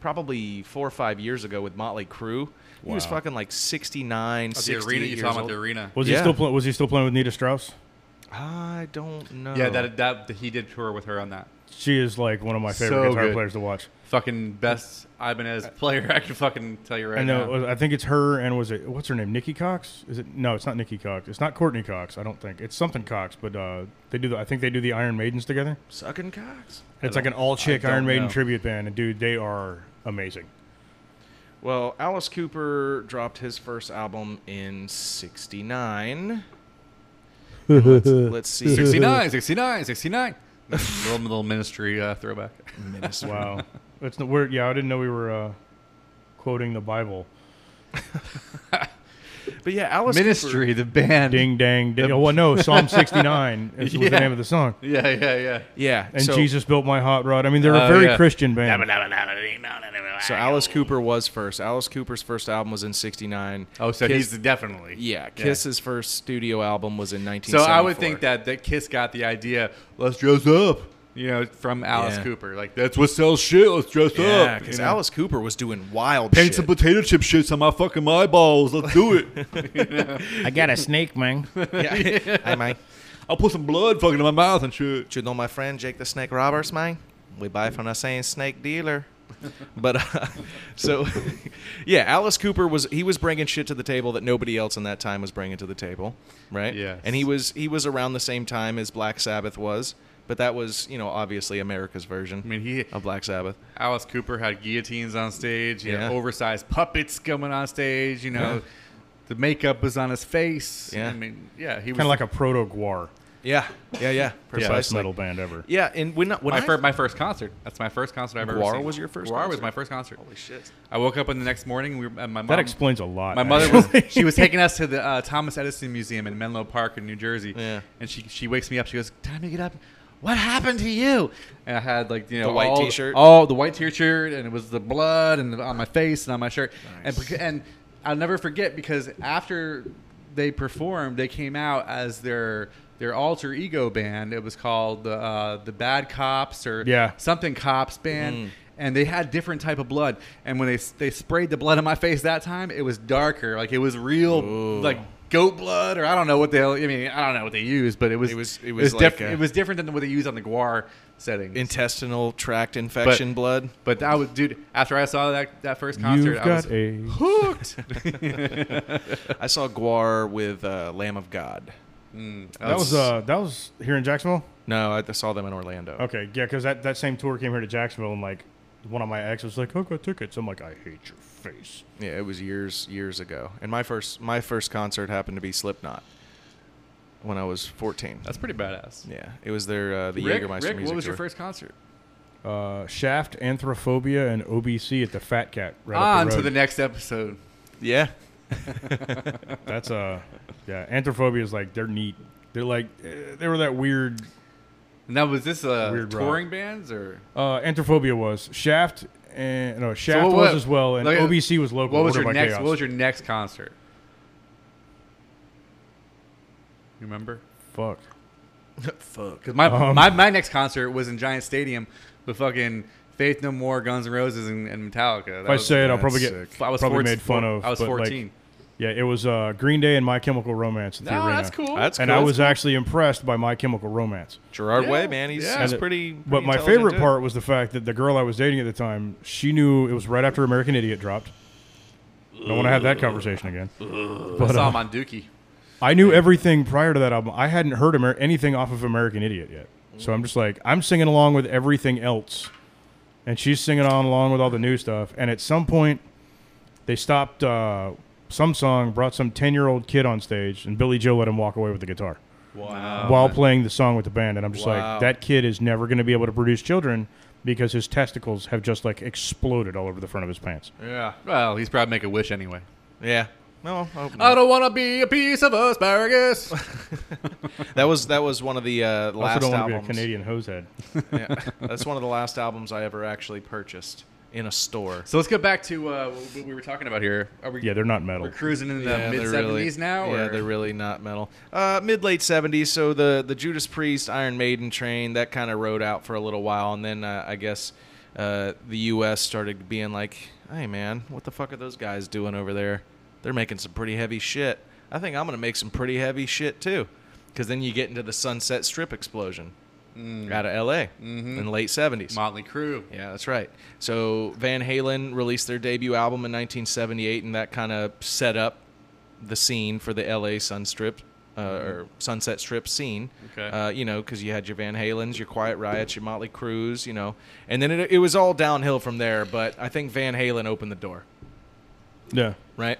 [SPEAKER 2] probably four or five years ago with Motley Crue. He was
[SPEAKER 4] Wow.
[SPEAKER 2] fucking like 69,
[SPEAKER 3] at
[SPEAKER 2] 60
[SPEAKER 3] the arena you
[SPEAKER 2] years
[SPEAKER 3] saw him at
[SPEAKER 2] old.
[SPEAKER 3] the arena.
[SPEAKER 4] Was
[SPEAKER 2] Yeah.
[SPEAKER 4] he still pl- was he still playing with Nita Strauss?
[SPEAKER 2] I don't know.
[SPEAKER 3] Yeah, that, that he did tour with her on that.
[SPEAKER 4] She is like one of my favorite
[SPEAKER 3] So
[SPEAKER 4] guitar
[SPEAKER 3] good.
[SPEAKER 4] players to watch.
[SPEAKER 3] Fucking best Ibanez player I can fucking tell you right
[SPEAKER 4] and
[SPEAKER 3] now.
[SPEAKER 4] uh, I think it's her and was it what's her name? Nikki Cox? Is it no? It's not Nikki Cox. It's not Courtney Cox. I don't think it's something Cox. But uh, they do. The, I think they do the Iron Maidens together.
[SPEAKER 2] sucking cocks.
[SPEAKER 4] It's like an all chick
[SPEAKER 3] I don't
[SPEAKER 4] Iron Maiden
[SPEAKER 3] know.
[SPEAKER 4] tribute band, and dude, they are amazing.
[SPEAKER 2] Well, Alice Cooper dropped his first album in '69. let's, let's see.
[SPEAKER 3] 69, 69, 69. little, little ministry uh, throwback.
[SPEAKER 4] Wow, that's the weird. Yeah, I didn't know we were uh, quoting the Bible.
[SPEAKER 2] But yeah, Alice Cooper-
[SPEAKER 3] ministry, the band.
[SPEAKER 4] Ding dang. ding. Oh, well, no, Psalm sixty nine is was
[SPEAKER 3] Yeah.
[SPEAKER 4] the name of the song.
[SPEAKER 3] Yeah, yeah, yeah.
[SPEAKER 2] Yeah,
[SPEAKER 4] And
[SPEAKER 2] so,
[SPEAKER 4] Jesus built my hot rod. I mean, they're a
[SPEAKER 3] Oh,
[SPEAKER 4] very
[SPEAKER 3] yeah.
[SPEAKER 4] Christian band.
[SPEAKER 2] So Alice Cooper was first. Alice Cooper's first album was in '69.
[SPEAKER 3] Oh, so
[SPEAKER 2] Kiss,
[SPEAKER 3] he's definitely.
[SPEAKER 2] yeah. Kiss's first studio album was in
[SPEAKER 3] So
[SPEAKER 2] 1974.
[SPEAKER 3] I would think that, that Kiss got the idea, let's dress up, you know, from Alice
[SPEAKER 2] Yeah.
[SPEAKER 3] Cooper. Like, that's what sells shit, let's dress
[SPEAKER 2] Yeah,
[SPEAKER 3] up.
[SPEAKER 2] because
[SPEAKER 3] you know?
[SPEAKER 2] Alice Cooper was doing wild
[SPEAKER 3] Paint
[SPEAKER 2] shit.
[SPEAKER 3] some potato chip shits on my fucking eyeballs, let's do it.
[SPEAKER 4] I got a snake, man.
[SPEAKER 2] yeah. Hi, Mike.
[SPEAKER 5] I'll put some blood fucking in my mouth and shit.
[SPEAKER 2] you know my friend Jake the Snake Roberts, man? We buy from the same snake dealer. but uh, so, yeah, Alice Cooper was he was bringing shit to the table that nobody else in that time was bringing to the table, right?
[SPEAKER 3] Yes.
[SPEAKER 2] and he was he was around the same time as Black Sabbath was, but that was you know obviously America's version.
[SPEAKER 3] I mean, he
[SPEAKER 2] of Black Sabbath.
[SPEAKER 3] Alice Cooper had guillotines on stage. He
[SPEAKER 2] Yeah.
[SPEAKER 3] had oversized puppets going on stage. You know, the makeup was on his face.
[SPEAKER 2] Yeah.
[SPEAKER 3] I mean, yeah, he was
[SPEAKER 4] Kind of like a proto Guar,
[SPEAKER 2] Yeah, yeah, yeah,
[SPEAKER 4] best
[SPEAKER 2] precisely.
[SPEAKER 4] metal band ever.
[SPEAKER 2] Yeah, and when when
[SPEAKER 3] my,
[SPEAKER 2] I
[SPEAKER 3] fir- my first concert. That's my first concert I've ever
[SPEAKER 2] Guar
[SPEAKER 3] seen.
[SPEAKER 2] was your first
[SPEAKER 3] Guar was
[SPEAKER 2] concert?
[SPEAKER 3] my first concert. Holy
[SPEAKER 2] shit.
[SPEAKER 3] I woke up in the next morning. And we were, and my mom.
[SPEAKER 4] That explains a lot.
[SPEAKER 3] My mother was
[SPEAKER 4] actually.
[SPEAKER 3] she was taking us to the uh, Thomas Edison Museum in Menlo Park in New Jersey.
[SPEAKER 2] Yeah.
[SPEAKER 3] And she she wakes me up. She goes, "Time to get up. What happened to you?" And I had like you know
[SPEAKER 2] The white
[SPEAKER 3] all
[SPEAKER 2] t-shirt?
[SPEAKER 3] all the white t-shirt, and it was the blood and the, on my face and on my shirt. And beca- and I'll never forget because after they performed, they came out as their their alter ego band. It was called the uh, the Bad Cops or
[SPEAKER 4] Yeah.
[SPEAKER 3] something cops band
[SPEAKER 2] Mm-hmm.
[SPEAKER 3] and they had different type of blood and when they they sprayed the blood on my face that time it was darker like it was real like goat blood or i don't know what they i mean i don't know what they used but it was
[SPEAKER 2] It was- it was
[SPEAKER 3] diff-
[SPEAKER 2] like a-
[SPEAKER 3] it was different than what they used on the guar setting
[SPEAKER 2] intestinal tract infection blood.
[SPEAKER 3] but that was dude after i saw that that first concert
[SPEAKER 4] You've
[SPEAKER 3] i was
[SPEAKER 4] got a
[SPEAKER 3] hooked
[SPEAKER 2] I saw Guar with uh, Lamb of God.
[SPEAKER 4] That was uh, that was here in Jacksonville.
[SPEAKER 2] No, I I saw them in Orlando.
[SPEAKER 4] Okay, yeah, because that, that same tour came here to Jacksonville, and like one of my ex was like, "I got tickets." I'm like, "I hate your face."
[SPEAKER 2] Yeah, it was years years ago. And my first my first concert happened to be Slipknot when I was 14.
[SPEAKER 3] that's pretty badass
[SPEAKER 2] yeah, it was their uh, the
[SPEAKER 3] rick,
[SPEAKER 2] Jägermeister
[SPEAKER 3] rick
[SPEAKER 2] music
[SPEAKER 3] what was your
[SPEAKER 2] tour.
[SPEAKER 3] first concert
[SPEAKER 4] Uh, Shaft, Anthrophobia, and OBC at the Fat Cat. Right up
[SPEAKER 3] on
[SPEAKER 4] the
[SPEAKER 3] to
[SPEAKER 4] road.
[SPEAKER 3] Ah, the next episode
[SPEAKER 2] Yeah.
[SPEAKER 4] That's uh, yeah, Anthrophobia is like they're neat. They're like eh, they were that weird.
[SPEAKER 3] and that was this uh
[SPEAKER 4] Weird rock.
[SPEAKER 3] touring bands or
[SPEAKER 4] Uh, Anthrophobia was Shaft, and no, Shaft
[SPEAKER 3] what-
[SPEAKER 4] was
[SPEAKER 3] what-
[SPEAKER 4] as well, and
[SPEAKER 3] like, uh,
[SPEAKER 4] OBC was local.
[SPEAKER 3] What was
[SPEAKER 4] Order
[SPEAKER 3] your
[SPEAKER 4] by
[SPEAKER 3] next?
[SPEAKER 4] Chaos.
[SPEAKER 3] What was your next concert? You remember?
[SPEAKER 4] fuck?
[SPEAKER 2] Fuck.
[SPEAKER 3] Because my,
[SPEAKER 4] Um.
[SPEAKER 3] my my next concert was in Giant Stadium with fucking Faith No More, Guns N' Roses, and, and Metallica. That
[SPEAKER 4] If I
[SPEAKER 3] was-
[SPEAKER 4] say it, I'll
[SPEAKER 2] that's
[SPEAKER 4] probably get
[SPEAKER 2] sick.
[SPEAKER 3] I was
[SPEAKER 4] probably
[SPEAKER 3] 14
[SPEAKER 4] made fun of.
[SPEAKER 3] I was
[SPEAKER 4] but, like,
[SPEAKER 3] fourteen.
[SPEAKER 4] yeah, it was uh, Green Day and My Chemical Romance at the
[SPEAKER 3] no,
[SPEAKER 4] arena.
[SPEAKER 3] that's cool.
[SPEAKER 2] That's
[SPEAKER 4] and
[SPEAKER 2] cool.
[SPEAKER 4] I was actually impressed by My Chemical Romance.
[SPEAKER 2] Gerard
[SPEAKER 3] Yeah,
[SPEAKER 2] Way, man. He's,
[SPEAKER 3] yeah.
[SPEAKER 2] he's
[SPEAKER 4] And it-
[SPEAKER 2] pretty,
[SPEAKER 4] But
[SPEAKER 2] pretty
[SPEAKER 4] my
[SPEAKER 2] intelligent
[SPEAKER 4] favorite
[SPEAKER 2] dude.
[SPEAKER 4] part was the fact that the girl I was dating at the time, she knew it was right after American Idiot dropped. Don't want to have that conversation again.
[SPEAKER 3] I
[SPEAKER 4] But
[SPEAKER 3] saw
[SPEAKER 4] uh,
[SPEAKER 3] him on Dookie.
[SPEAKER 4] I knew everything prior to that album. I hadn't heard Amer- anything off of American Idiot yet, so I'm just like I'm singing along with everything else, and she's singing on along with all the new stuff. And at some point, they stopped uh, some song, brought some ten year old kid on stage, and Billy Joe let him walk away with the guitar
[SPEAKER 3] Wow.
[SPEAKER 4] while playing the song with the band. And I'm just
[SPEAKER 2] Wow.
[SPEAKER 4] like, that kid is never going to be able to produce children because his testicles have just like exploded all over the front of his pants.
[SPEAKER 3] Yeah. Well, he's probably make a wish anyway.
[SPEAKER 2] Yeah. No, I hope not.
[SPEAKER 3] I don't want to be a piece of asparagus.
[SPEAKER 2] that was that was one of the uh,
[SPEAKER 4] I also
[SPEAKER 2] last
[SPEAKER 4] don't want to be a
[SPEAKER 2] albums.
[SPEAKER 4] Canadian hosehead.
[SPEAKER 2] Yeah. That's one of the last albums I ever actually purchased in a store.
[SPEAKER 3] so let's go back to uh, what we were talking about here. Are we?
[SPEAKER 4] Yeah, they're not metal.
[SPEAKER 3] We're cruising in the
[SPEAKER 2] Yeah,
[SPEAKER 3] mid
[SPEAKER 2] they're
[SPEAKER 3] seventies
[SPEAKER 2] really,
[SPEAKER 3] now.
[SPEAKER 2] Yeah,
[SPEAKER 3] or?
[SPEAKER 2] they're really not metal. Uh, mid late seventies. So the the Judas Priest, Iron Maiden train that kind of rode out for a little while, and then uh, I guess uh, the U.S. started being like, "Hey, man, what the fuck are those guys doing over there? They're making some pretty heavy shit. I think I'm gonna make some pretty heavy shit too." Because then you get into the Sunset Strip explosion
[SPEAKER 3] Mm.
[SPEAKER 2] out of L.A.
[SPEAKER 3] Mm-hmm.
[SPEAKER 2] in the late seventies.
[SPEAKER 3] Motley Crue.
[SPEAKER 2] Yeah, that's right. So Van Halen released their debut album in 1978, and that kind of set up the scene for the LA Sunstrip uh, or Sunset Strip scene.
[SPEAKER 3] Okay.
[SPEAKER 2] Uh, you know, because you had your Van Halens, your Quiet Riots, your Motley Crues, you know, and then it, it was all downhill from there. But I think Van Halen opened the door
[SPEAKER 4] Yeah.
[SPEAKER 2] right?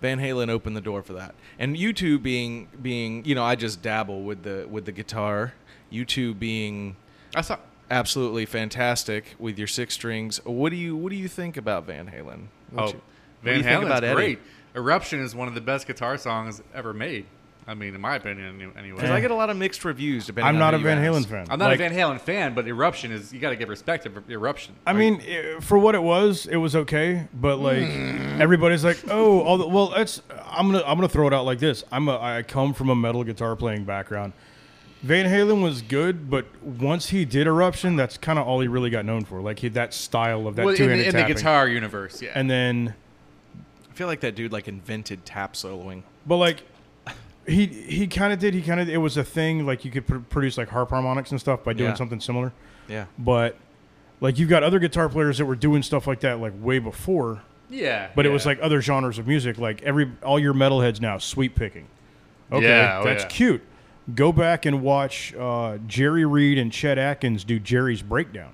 [SPEAKER 2] Van Halen opened the door for that. And you two being being, you know, I just dabble with the with the guitar. You two being
[SPEAKER 3] I saw.
[SPEAKER 2] absolutely fantastic with your six strings. What do you what do you think about Van Halen? What
[SPEAKER 3] Oh,
[SPEAKER 2] you- what do
[SPEAKER 3] Van
[SPEAKER 2] you think
[SPEAKER 3] Halen's
[SPEAKER 2] about Eddie?
[SPEAKER 3] great. Eruption is one of the best guitar songs ever made. I mean, in my opinion, any- anyway.
[SPEAKER 2] 'Cause I get a lot of mixed reviews. Depending
[SPEAKER 4] I'm
[SPEAKER 2] on
[SPEAKER 4] not
[SPEAKER 2] who
[SPEAKER 4] a
[SPEAKER 2] you
[SPEAKER 4] Van
[SPEAKER 2] ask.
[SPEAKER 4] Halen fan.
[SPEAKER 3] I'm not
[SPEAKER 4] Like,
[SPEAKER 3] a Van Halen fan, but Eruption is you got to give respect to Eruption.
[SPEAKER 4] I mean, eh, for what it was, it was okay. But like,
[SPEAKER 3] Mm.
[SPEAKER 4] everybody's like, "Oh, all the, well, that's." I'm gonna I'm gonna throw it out like this. I'm a I come from a metal guitar playing background. Van Halen was good, but once he did Eruption, that's kind of all he really got known for. Like he, that style of that
[SPEAKER 3] well, in,
[SPEAKER 4] two-handed
[SPEAKER 3] the, in the
[SPEAKER 4] tapping.
[SPEAKER 3] guitar universe, yeah.
[SPEAKER 4] and then
[SPEAKER 2] I feel like that dude like invented tap soloing.
[SPEAKER 4] but like He he kind of did. He kind of it was a thing. Like you could pr- produce like harp harmonics and stuff by doing
[SPEAKER 2] Yeah.
[SPEAKER 4] something similar.
[SPEAKER 2] Yeah.
[SPEAKER 4] But like you've got other guitar players that were doing stuff like that like way before.
[SPEAKER 3] Yeah.
[SPEAKER 4] But it
[SPEAKER 3] yeah.
[SPEAKER 4] was like other genres of music. Like every all your metalheads now sweep picking. Okay,
[SPEAKER 3] Yeah, oh
[SPEAKER 4] that's
[SPEAKER 3] yeah.
[SPEAKER 4] cute. Go back and watch uh, Jerry Reed and Chet Atkins do Jerry's breakdown,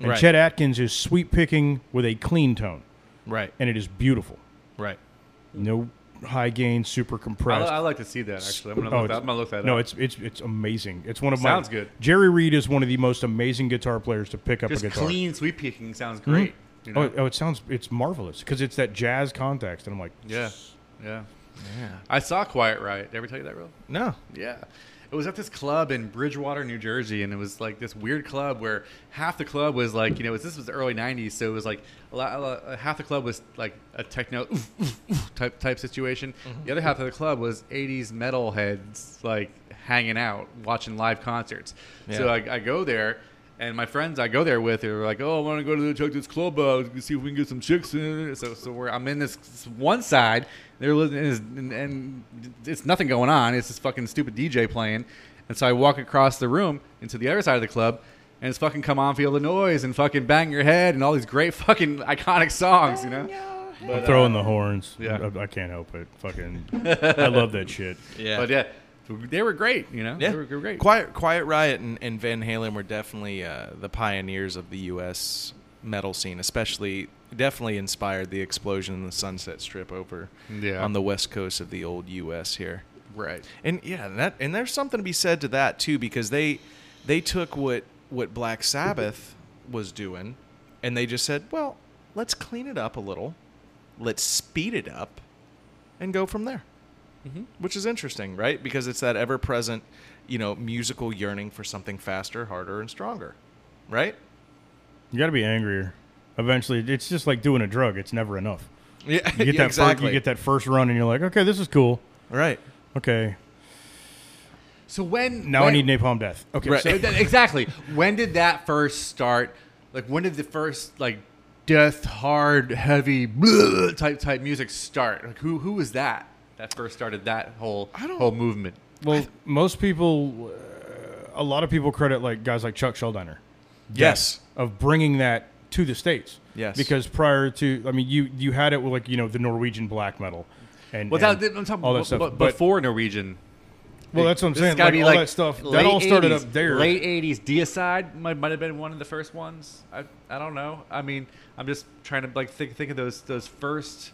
[SPEAKER 4] and
[SPEAKER 2] Right.
[SPEAKER 4] Chet Atkins is sweep picking with a clean tone,
[SPEAKER 2] Right.
[SPEAKER 4] and it is beautiful.
[SPEAKER 2] Right.
[SPEAKER 4] No high gain, super
[SPEAKER 3] I,
[SPEAKER 4] compressed.
[SPEAKER 3] I like to see that actually. I'm gonna
[SPEAKER 4] Oh,
[SPEAKER 3] look, that,
[SPEAKER 4] it's-
[SPEAKER 3] I'm gonna look that
[SPEAKER 4] no,
[SPEAKER 3] up.
[SPEAKER 4] it's it's it's amazing. It's one of
[SPEAKER 3] Sounds
[SPEAKER 4] my
[SPEAKER 3] good.
[SPEAKER 4] Jerry Reed is one of the most amazing guitar players to pick up a
[SPEAKER 3] just
[SPEAKER 4] guitar.
[SPEAKER 3] clean sweep picking sounds great. You know?
[SPEAKER 4] Oh, oh, it sounds it's marvelous because it's that jazz context, and I'm like,
[SPEAKER 3] Yeah, yeah, I saw Quiet Riot. Did I ever tell you that, real?
[SPEAKER 2] No.
[SPEAKER 3] Yeah. It was at this club in Bridgewater, New Jersey, and it was like this weird club where half the club was like, you know, this was the early '90s, so it was like a lot, a lot- uh, half the club was like a techno oof, oof, oof type type situation.
[SPEAKER 4] Mm-hmm.
[SPEAKER 3] The other half of the club was '80s metalheads, like hanging out, watching live concerts. So I, I go there, and my friends I go there with are like, "Oh, I want to go to the, check this club out, see if we can get some chicks." in it." So, so we're, I'm in this one side. They're listening, and, and it's nothing going on. It's this fucking stupid DJ playing. And so I walk across the room into the other side of the club, and it's fucking "Come On, Feel the Noise" and fucking "Bang Your Head" and all these great fucking iconic songs, you know.
[SPEAKER 4] I'm throwing the horns.
[SPEAKER 3] yeah.
[SPEAKER 4] I, I can't help it. Fucking, I love that shit.
[SPEAKER 2] Yeah.
[SPEAKER 3] But yeah, they were great, you know.
[SPEAKER 2] Yeah,
[SPEAKER 3] they were, they were great.
[SPEAKER 2] Quiet, Quiet Riot, and, and Van Halen were definitely uh, the pioneers of the U.S. metal scene, especially definitely inspired the explosion in the Sunset Strip over
[SPEAKER 3] Yeah.
[SPEAKER 2] on the west coast of the old U.S. here.
[SPEAKER 3] Right.
[SPEAKER 2] And yeah, and that and there's something to be said to that too because they they took what what Black Sabbath was doing and they just said, "Well, let's clean it up a little. Let's speed it up and go from there." Which is interesting, right? Because it's that ever-present, you know, musical yearning for something faster, harder, and stronger. Right?
[SPEAKER 4] You got to be angrier. Eventually, it's just like doing a drug. It's never enough.
[SPEAKER 2] Yeah,
[SPEAKER 4] You get that first, you get that first run, and you're like, okay, this is cool.
[SPEAKER 2] Right.
[SPEAKER 4] Okay,
[SPEAKER 3] So when
[SPEAKER 4] now
[SPEAKER 3] when-
[SPEAKER 4] I need napalm death. Okay,
[SPEAKER 2] Right.
[SPEAKER 4] so-
[SPEAKER 3] So that- exactly. When did that first start? Like when did the first like death hard heavy bleh, type type music start? Like who who was that that first started that whole whole movement?
[SPEAKER 4] well, most people, uh, a lot of people credit like guys like Chuck Schuldiner
[SPEAKER 2] Yes.
[SPEAKER 4] of bringing that to the states.
[SPEAKER 2] Yes.
[SPEAKER 4] because prior to, I mean, you you had it with like you know the Norwegian black metal. And,
[SPEAKER 3] Well, that,
[SPEAKER 4] and
[SPEAKER 3] I'm talking
[SPEAKER 4] all
[SPEAKER 3] b-
[SPEAKER 4] that stuff.
[SPEAKER 3] b-
[SPEAKER 4] But-
[SPEAKER 3] before Norwegian.
[SPEAKER 4] well, that's what I'm
[SPEAKER 3] This has
[SPEAKER 4] saying.
[SPEAKER 3] gotta
[SPEAKER 4] Like,
[SPEAKER 3] be
[SPEAKER 4] all
[SPEAKER 3] like
[SPEAKER 4] that stuff that
[SPEAKER 3] late
[SPEAKER 4] all started
[SPEAKER 3] 80s,
[SPEAKER 4] up there.
[SPEAKER 3] Late '80s, Deicide might, might have been one of the first ones. I, I don't know. I mean, I'm just trying to like think think of those those first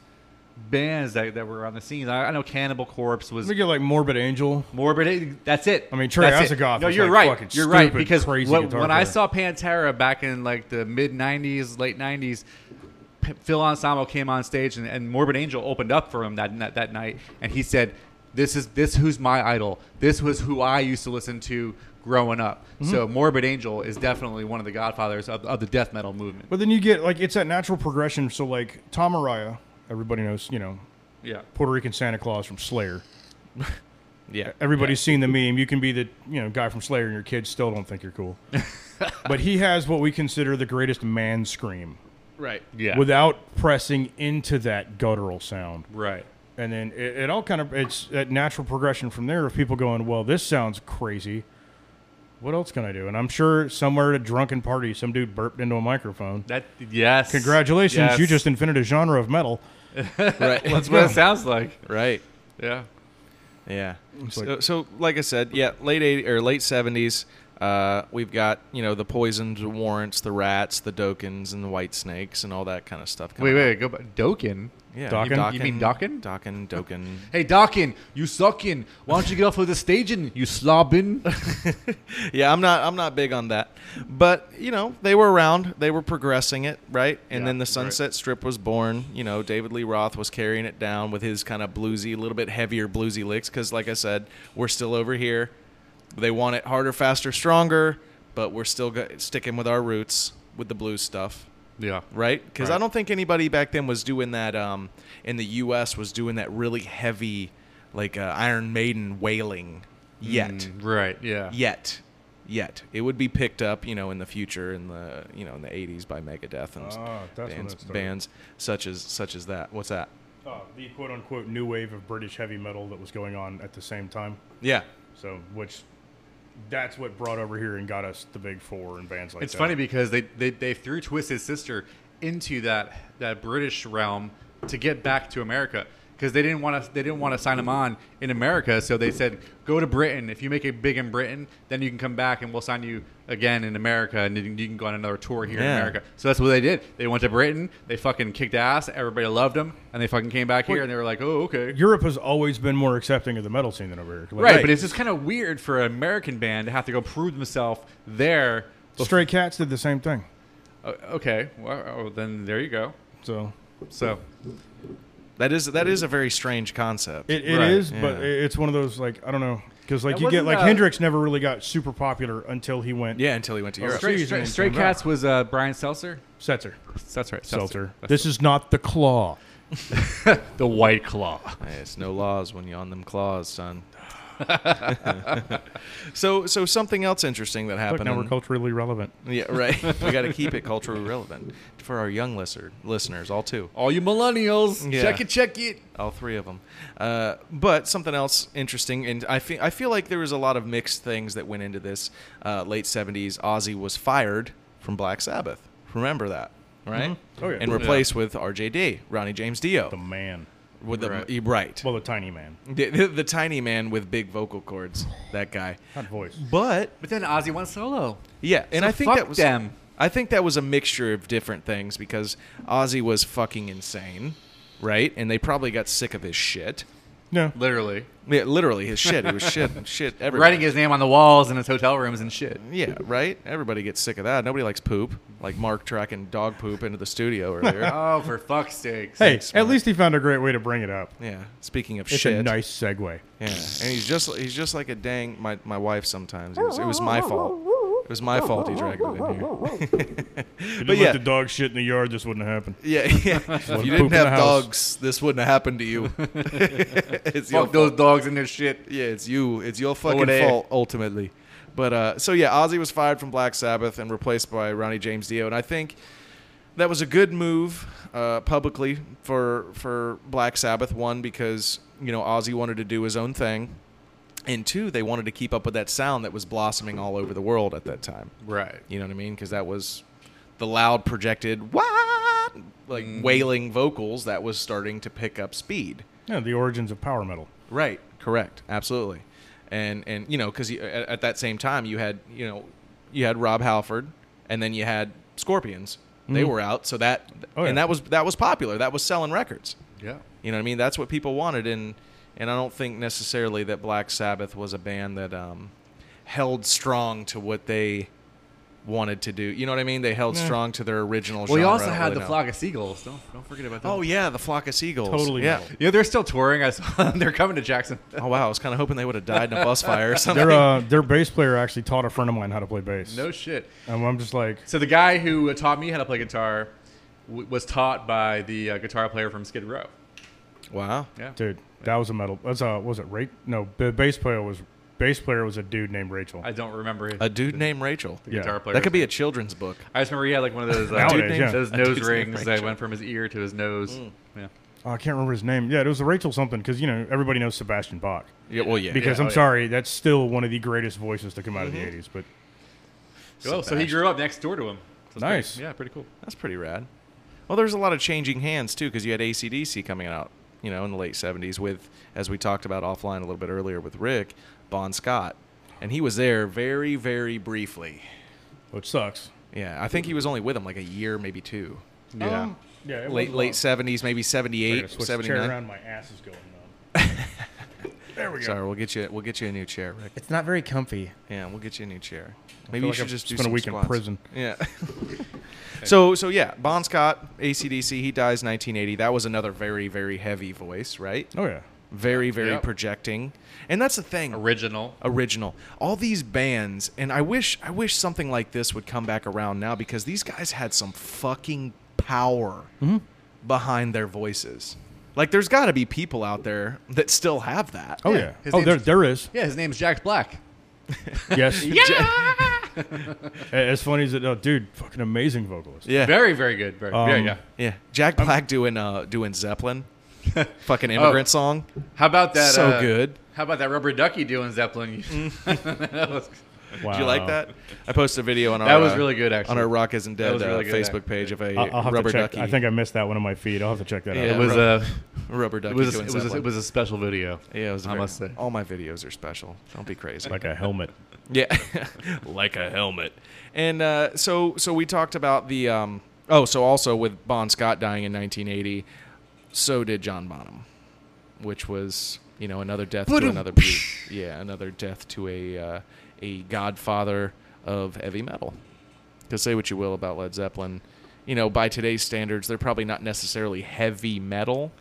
[SPEAKER 3] bands that, that were on the scene. I, I know Cannibal Corpse was
[SPEAKER 4] Let me get like Morbid Angel.
[SPEAKER 3] Morbid. eh, That's it.
[SPEAKER 4] I mean, Trey
[SPEAKER 3] That's it.
[SPEAKER 4] Azagoth
[SPEAKER 3] No,
[SPEAKER 4] was,
[SPEAKER 3] you're
[SPEAKER 4] like, fucking
[SPEAKER 3] right. You're right
[SPEAKER 4] stupid,
[SPEAKER 3] because
[SPEAKER 4] crazy
[SPEAKER 3] when,
[SPEAKER 4] guitar
[SPEAKER 3] when I
[SPEAKER 4] player.
[SPEAKER 3] saw Pantera back in like the mid '90s, late '90s, P- Phil Anselmo came on stage and, and Morbid Angel opened up for him that, that that night, and he said, "This is this who's my idol. This was who I used to listen to growing up."
[SPEAKER 4] Mm-hmm.
[SPEAKER 3] So Morbid Angel is definitely one of the godfathers of, of the death metal movement.
[SPEAKER 4] But then you get like it's that natural progression. So like Tom Araya, everybody knows, you know,
[SPEAKER 3] yeah.
[SPEAKER 4] Puerto Rican Santa Claus from Slayer.
[SPEAKER 2] Yeah.
[SPEAKER 4] Everybody's seen the meme. You can be the you know guy from Slayer, and your kids still don't think you're cool. but he has what we consider the greatest man scream,
[SPEAKER 2] Right.
[SPEAKER 3] Yeah.
[SPEAKER 4] without pressing into that guttural sound.
[SPEAKER 3] right.
[SPEAKER 4] And then it, it all kind of it's that natural progression from there of people going, well, this sounds crazy. What else can I do? And I'm sure somewhere at a drunken party, some dude burped into a microphone.
[SPEAKER 3] That yes.
[SPEAKER 4] Congratulations,
[SPEAKER 3] Yes.
[SPEAKER 4] you just invented a genre of metal.
[SPEAKER 2] Right.
[SPEAKER 3] That's what it sounds like.
[SPEAKER 2] right.
[SPEAKER 3] Yeah.
[SPEAKER 2] Yeah.
[SPEAKER 4] like-
[SPEAKER 2] so, so, like I said, yeah, late 80, or late seventies. Uh, we've got you know the poisoned warrants, the rats, the Dokins, and the white snakes, and all that kind of stuff.
[SPEAKER 3] Wait,
[SPEAKER 2] coming
[SPEAKER 3] wait,
[SPEAKER 2] out.
[SPEAKER 3] go back. Dokken.
[SPEAKER 2] yeah,
[SPEAKER 4] Dokken?
[SPEAKER 3] You mean Dokken?
[SPEAKER 2] Dokken, Dokken.
[SPEAKER 3] Hey, Dokken, you sucking. Why don't you get off of the staging, you slobbin?
[SPEAKER 2] yeah, I'm not, I'm not big on that, but you know they were around, they were progressing it, right? And
[SPEAKER 3] Yeah,
[SPEAKER 2] then the
[SPEAKER 3] right.
[SPEAKER 2] Sunset Strip was born. You know, David Lee Roth was carrying it down with his kind of bluesy, a little bit heavier bluesy licks, because like I said, we're still over here. They want it harder, faster, stronger, but we're still go- sticking with our roots with the blues stuff.
[SPEAKER 3] yeah.
[SPEAKER 2] right? Because I don't think anybody back then was doing that. Um, in the U.S. was doing that really heavy, like uh, Iron Maiden wailing yet,
[SPEAKER 4] Mm,
[SPEAKER 3] Right, yeah.
[SPEAKER 2] yet, yet. It would be picked up, you know, in the future in the you know in the '80s by Megadeth and
[SPEAKER 4] Ah, that's when
[SPEAKER 2] bands,
[SPEAKER 4] that started.
[SPEAKER 2] bands such as such as that. What's that?
[SPEAKER 4] uh, the quote unquote new wave of British heavy metal that was going on at the same time.
[SPEAKER 2] Yeah.
[SPEAKER 4] So, which that's what brought over here and got us the big four and bands like
[SPEAKER 3] It's
[SPEAKER 4] that.
[SPEAKER 3] funny because they, they, they threw Twisted Sister into that, that British realm to get back to America because they didn't want to they didn't want to sign them on in America. So they said, go to Britain. If you make it big in Britain, then you can come back and we'll sign you again in America and you can, you can go on another tour here
[SPEAKER 2] Yeah.
[SPEAKER 3] in America. So that's what they did. They went to Britain. They fucking kicked ass. Everybody loved them, and they fucking came back here and they were like, oh okay.
[SPEAKER 4] Europe has always been more accepting of the metal scene than over here. Like,
[SPEAKER 3] Right, but it's just kind of weird for an American band to have to go prove themselves there.
[SPEAKER 4] Stray Cats did the same thing.
[SPEAKER 3] O- Okay, well, oh, then there you go.
[SPEAKER 4] So
[SPEAKER 3] So
[SPEAKER 2] That is that is a very strange concept.
[SPEAKER 4] it, it is,
[SPEAKER 3] Right,
[SPEAKER 4] but
[SPEAKER 2] yeah.
[SPEAKER 4] i- it's one of those like I don't know because like
[SPEAKER 3] That
[SPEAKER 4] you get
[SPEAKER 3] wasn't,
[SPEAKER 4] like
[SPEAKER 3] uh,
[SPEAKER 4] Hendrix never really got super popular until he went
[SPEAKER 2] yeah, until he went to Europe.
[SPEAKER 4] Oh,
[SPEAKER 3] Stray,
[SPEAKER 4] straight- Season
[SPEAKER 3] Stray,
[SPEAKER 4] and
[SPEAKER 3] Stray
[SPEAKER 4] come back.
[SPEAKER 3] Cats was uh, Brian Seltzer.
[SPEAKER 4] Setzer.
[SPEAKER 3] That's right,
[SPEAKER 4] Seltzer.
[SPEAKER 3] That's
[SPEAKER 4] This is not the Claw.
[SPEAKER 3] the White Claw.
[SPEAKER 2] Hey, it's no laws when you on them claws, son. so so something else interesting that
[SPEAKER 4] Look,
[SPEAKER 2] happened.
[SPEAKER 4] now we're
[SPEAKER 2] in-
[SPEAKER 4] culturally relevant.
[SPEAKER 2] yeah, right. we got to keep it culturally relevant for our young listener, listeners, all two.
[SPEAKER 3] All you millennials,
[SPEAKER 2] Yeah.
[SPEAKER 3] check it, check it.
[SPEAKER 2] all three of them. Uh, but something else interesting, and I feel I feel like there was a lot of mixed things that went into this. Uh, late seventies, Ozzy was fired from Black Sabbath. Remember that, right?
[SPEAKER 4] Oh, yeah.
[SPEAKER 2] And replaced with RJD, Ronnie James Dio,
[SPEAKER 4] The man,
[SPEAKER 2] with the e,
[SPEAKER 3] Right.
[SPEAKER 2] right.
[SPEAKER 4] well, the tiny man,
[SPEAKER 2] The, the, the tiny man with big vocal cords, that guy.
[SPEAKER 4] not voice.
[SPEAKER 2] But
[SPEAKER 3] But then Ozzy went solo.
[SPEAKER 2] yeah, and
[SPEAKER 3] So
[SPEAKER 2] I think
[SPEAKER 3] fuck
[SPEAKER 2] that was
[SPEAKER 3] them.
[SPEAKER 2] I think that was a mixture of different things because Ozzy was fucking insane, right? And they probably got sick of his shit.
[SPEAKER 4] No,
[SPEAKER 3] Literally
[SPEAKER 2] Yeah, literally his shit. It was shit, shit. Everywhere.
[SPEAKER 3] writing his name on the walls in his hotel rooms and shit.
[SPEAKER 2] Yeah, right. Everybody gets sick of that. Nobody likes poop. Like Mark tracking dog poop into the studio earlier.
[SPEAKER 3] Oh, for fuck's sakes!
[SPEAKER 4] hey,
[SPEAKER 2] smart.
[SPEAKER 4] at least he found a great way to bring it up.
[SPEAKER 2] yeah. Speaking of
[SPEAKER 4] It's
[SPEAKER 2] shit.
[SPEAKER 4] a nice segue.
[SPEAKER 2] yeah. And he's just he's just like a dang my, my wife sometimes. It was, it was my fault. It was my fault he dragged it in here.
[SPEAKER 4] If
[SPEAKER 2] But
[SPEAKER 4] you
[SPEAKER 2] yeah.
[SPEAKER 4] let the dog shit in the yard, this wouldn't happen.
[SPEAKER 2] Yeah, yeah. If
[SPEAKER 4] Poop
[SPEAKER 2] you
[SPEAKER 4] in
[SPEAKER 2] didn't
[SPEAKER 4] the
[SPEAKER 2] have
[SPEAKER 4] house.
[SPEAKER 2] dogs, this wouldn't have happened to you. it's your
[SPEAKER 3] fuck those dogs and their shit.
[SPEAKER 2] Yeah, it's you. It's your fucking
[SPEAKER 3] there.
[SPEAKER 2] fault ultimately. But uh, so yeah, Ozzy was fired from Black Sabbath and replaced by Ronnie James Dio, and I think that was a good move uh, publicly for for Black Sabbath. One because you know Ozzy wanted to do his own thing, and two they wanted to keep up with that sound that was blossoming all over the world at that time.
[SPEAKER 3] Right.
[SPEAKER 2] You know what I mean? Because that was the loud projected what like
[SPEAKER 4] Mm-hmm.
[SPEAKER 2] wailing vocals that was starting to pick up speed.
[SPEAKER 4] Yeah, the origins of power metal.
[SPEAKER 2] Right. Correct. Absolutely. And and you know because at, at that same time you had you know you had Rob Halford and then you had Scorpions. They were out, so that
[SPEAKER 4] Mm-hmm. Oh,
[SPEAKER 2] and
[SPEAKER 4] yeah.
[SPEAKER 2] that was that was popular. That was selling records.
[SPEAKER 3] Yeah.
[SPEAKER 2] You know what I mean? That's what people wanted, and and I don't think necessarily that Black Sabbath was a band that um, held strong to what they wanted to do. You know what I mean? They held strong to their original.
[SPEAKER 3] Well, you
[SPEAKER 2] genre,
[SPEAKER 3] also
[SPEAKER 2] I don't
[SPEAKER 3] had
[SPEAKER 2] really
[SPEAKER 3] the
[SPEAKER 2] know.
[SPEAKER 3] flock of seagulls. Don't don't forget about that.
[SPEAKER 2] Oh yeah, the flock of seagulls.
[SPEAKER 4] Totally
[SPEAKER 2] Yeah.
[SPEAKER 4] metal.
[SPEAKER 3] yeah, they're still touring. I saw them. They're coming to Jackson.
[SPEAKER 2] Oh wow, I was kind of hoping they would have died in a bus fire or something.
[SPEAKER 4] Their uh, their bass player actually taught a friend of mine how to play bass.
[SPEAKER 3] No shit.
[SPEAKER 4] and I'm just like,
[SPEAKER 3] So the guy who taught me how to play guitar w- was taught by the uh, guitar player from Skid Row.
[SPEAKER 2] Wow.
[SPEAKER 3] Yeah.
[SPEAKER 4] dude, that was a metal. That's a was it Rachel? No, the bass player was bass player was a dude named Rachel.
[SPEAKER 3] I don't remember it.
[SPEAKER 2] A dude named Rachel.
[SPEAKER 4] Yeah.
[SPEAKER 3] guitar player.
[SPEAKER 2] Uh, That could be a children's book.
[SPEAKER 3] I just remember he had like one of those uh,
[SPEAKER 4] Nowadays,
[SPEAKER 3] dude
[SPEAKER 4] yeah.
[SPEAKER 3] those
[SPEAKER 2] A
[SPEAKER 3] nose
[SPEAKER 2] dude's name,
[SPEAKER 3] rings that
[SPEAKER 2] Rachel.
[SPEAKER 3] went from his ear to his nose.
[SPEAKER 2] Mm.
[SPEAKER 3] Yeah.
[SPEAKER 4] Oh, I can't remember his name. Yeah, it was the Rachel something because you know everybody knows Sebastian Bach.
[SPEAKER 2] Yeah. Well, yeah.
[SPEAKER 4] Because
[SPEAKER 3] Yeah,
[SPEAKER 4] I'm
[SPEAKER 3] oh, yeah.
[SPEAKER 4] sorry, that's still one of the greatest voices to come out
[SPEAKER 2] Mm-hmm.
[SPEAKER 4] of the '80s. But
[SPEAKER 3] Oh, so he grew up next door to him. So it's
[SPEAKER 4] Nice.
[SPEAKER 3] pretty- yeah, pretty cool.
[SPEAKER 2] That's pretty rad. Well, there's a lot of changing hands too, because you had ACDC coming out, you know, in the late '70s with, as we talked about offline a little bit earlier with Rick, Bon Scott, and he was there very, very briefly.
[SPEAKER 4] which sucks.
[SPEAKER 2] Yeah, I think he was only with him like a year, maybe two.
[SPEAKER 3] Yeah.
[SPEAKER 4] Yeah, it
[SPEAKER 2] Late
[SPEAKER 4] was
[SPEAKER 2] late
[SPEAKER 4] long.
[SPEAKER 2] '70s, maybe
[SPEAKER 4] Sorry, I
[SPEAKER 2] '78,
[SPEAKER 4] switched the chair
[SPEAKER 2] '79.
[SPEAKER 4] around, my ass is going numb. there we go.
[SPEAKER 2] Sorry, we'll get you we'll get you a new chair, Rick.
[SPEAKER 6] It's not very comfy.
[SPEAKER 2] Yeah, we'll get you a new chair. Maybe you
[SPEAKER 4] like
[SPEAKER 2] should
[SPEAKER 4] I've
[SPEAKER 2] just do
[SPEAKER 4] spent a
[SPEAKER 2] some
[SPEAKER 4] week in
[SPEAKER 2] squats.
[SPEAKER 4] prison.
[SPEAKER 2] Yeah. so so yeah, Bon Scott, ACDC. He dies 1980. That was another very very heavy voice, right?
[SPEAKER 4] Oh yeah.
[SPEAKER 2] Very very
[SPEAKER 3] Yep.
[SPEAKER 2] projecting, and that's the thing.
[SPEAKER 3] Original.
[SPEAKER 2] Original. All these bands, and I wish I wish something like this would come back around now because these guys had some fucking power
[SPEAKER 4] Mm-hmm.
[SPEAKER 2] behind their voices. Like, there's got to be people out there that still have that.
[SPEAKER 4] Oh yeah.
[SPEAKER 3] his
[SPEAKER 4] Oh,
[SPEAKER 3] name's-
[SPEAKER 4] there there is.
[SPEAKER 3] Yeah, his name's Jack Black.
[SPEAKER 4] Yes. As funny as it, oh, dude, fucking amazing vocalist.
[SPEAKER 2] yeah.
[SPEAKER 3] Very, very good. Very, yeah,
[SPEAKER 4] Um,
[SPEAKER 3] yeah.
[SPEAKER 2] Yeah, Jack Black doing uh doing Zeppelin. fucking
[SPEAKER 3] Oh.
[SPEAKER 2] immigrant song.
[SPEAKER 3] How about that?
[SPEAKER 2] So
[SPEAKER 3] uh,
[SPEAKER 2] good.
[SPEAKER 3] How about that rubber ducky doing Zeppelin? that was,
[SPEAKER 4] Wow.
[SPEAKER 2] Do you like that? I posted a video on our
[SPEAKER 3] that was
[SPEAKER 2] uh,
[SPEAKER 3] really good, actually.
[SPEAKER 2] on our Rock Isn't Dead
[SPEAKER 3] was
[SPEAKER 2] uh,
[SPEAKER 3] really good,
[SPEAKER 2] Facebook
[SPEAKER 3] actually.
[SPEAKER 2] page of a
[SPEAKER 4] I'll, I'll have
[SPEAKER 2] rubber
[SPEAKER 4] to check.
[SPEAKER 2] ducky.
[SPEAKER 4] I think I missed that one on my feed. I'll have to check that
[SPEAKER 2] Yeah.
[SPEAKER 4] out.
[SPEAKER 3] it was
[SPEAKER 2] rub-
[SPEAKER 3] a
[SPEAKER 2] rubber ducky.
[SPEAKER 3] it was a,
[SPEAKER 2] doing
[SPEAKER 3] it was a,
[SPEAKER 2] Zeppelin.
[SPEAKER 3] it was a special video.
[SPEAKER 2] yeah, it was.
[SPEAKER 3] I
[SPEAKER 2] very-
[SPEAKER 3] must say.
[SPEAKER 2] all my videos are special. Don't be crazy.
[SPEAKER 4] Like a helmet.
[SPEAKER 2] Yeah, like a helmet. And uh, so, so we talked about the. Um, oh, so also with Bon Scott dying in 1980, so did John Bonham, which was you know another death to another. Beat. Yeah, another death to a uh, a godfather of heavy metal. Because say what you will about Led Zeppelin, you know by today's standards, they're probably not necessarily heavy metal.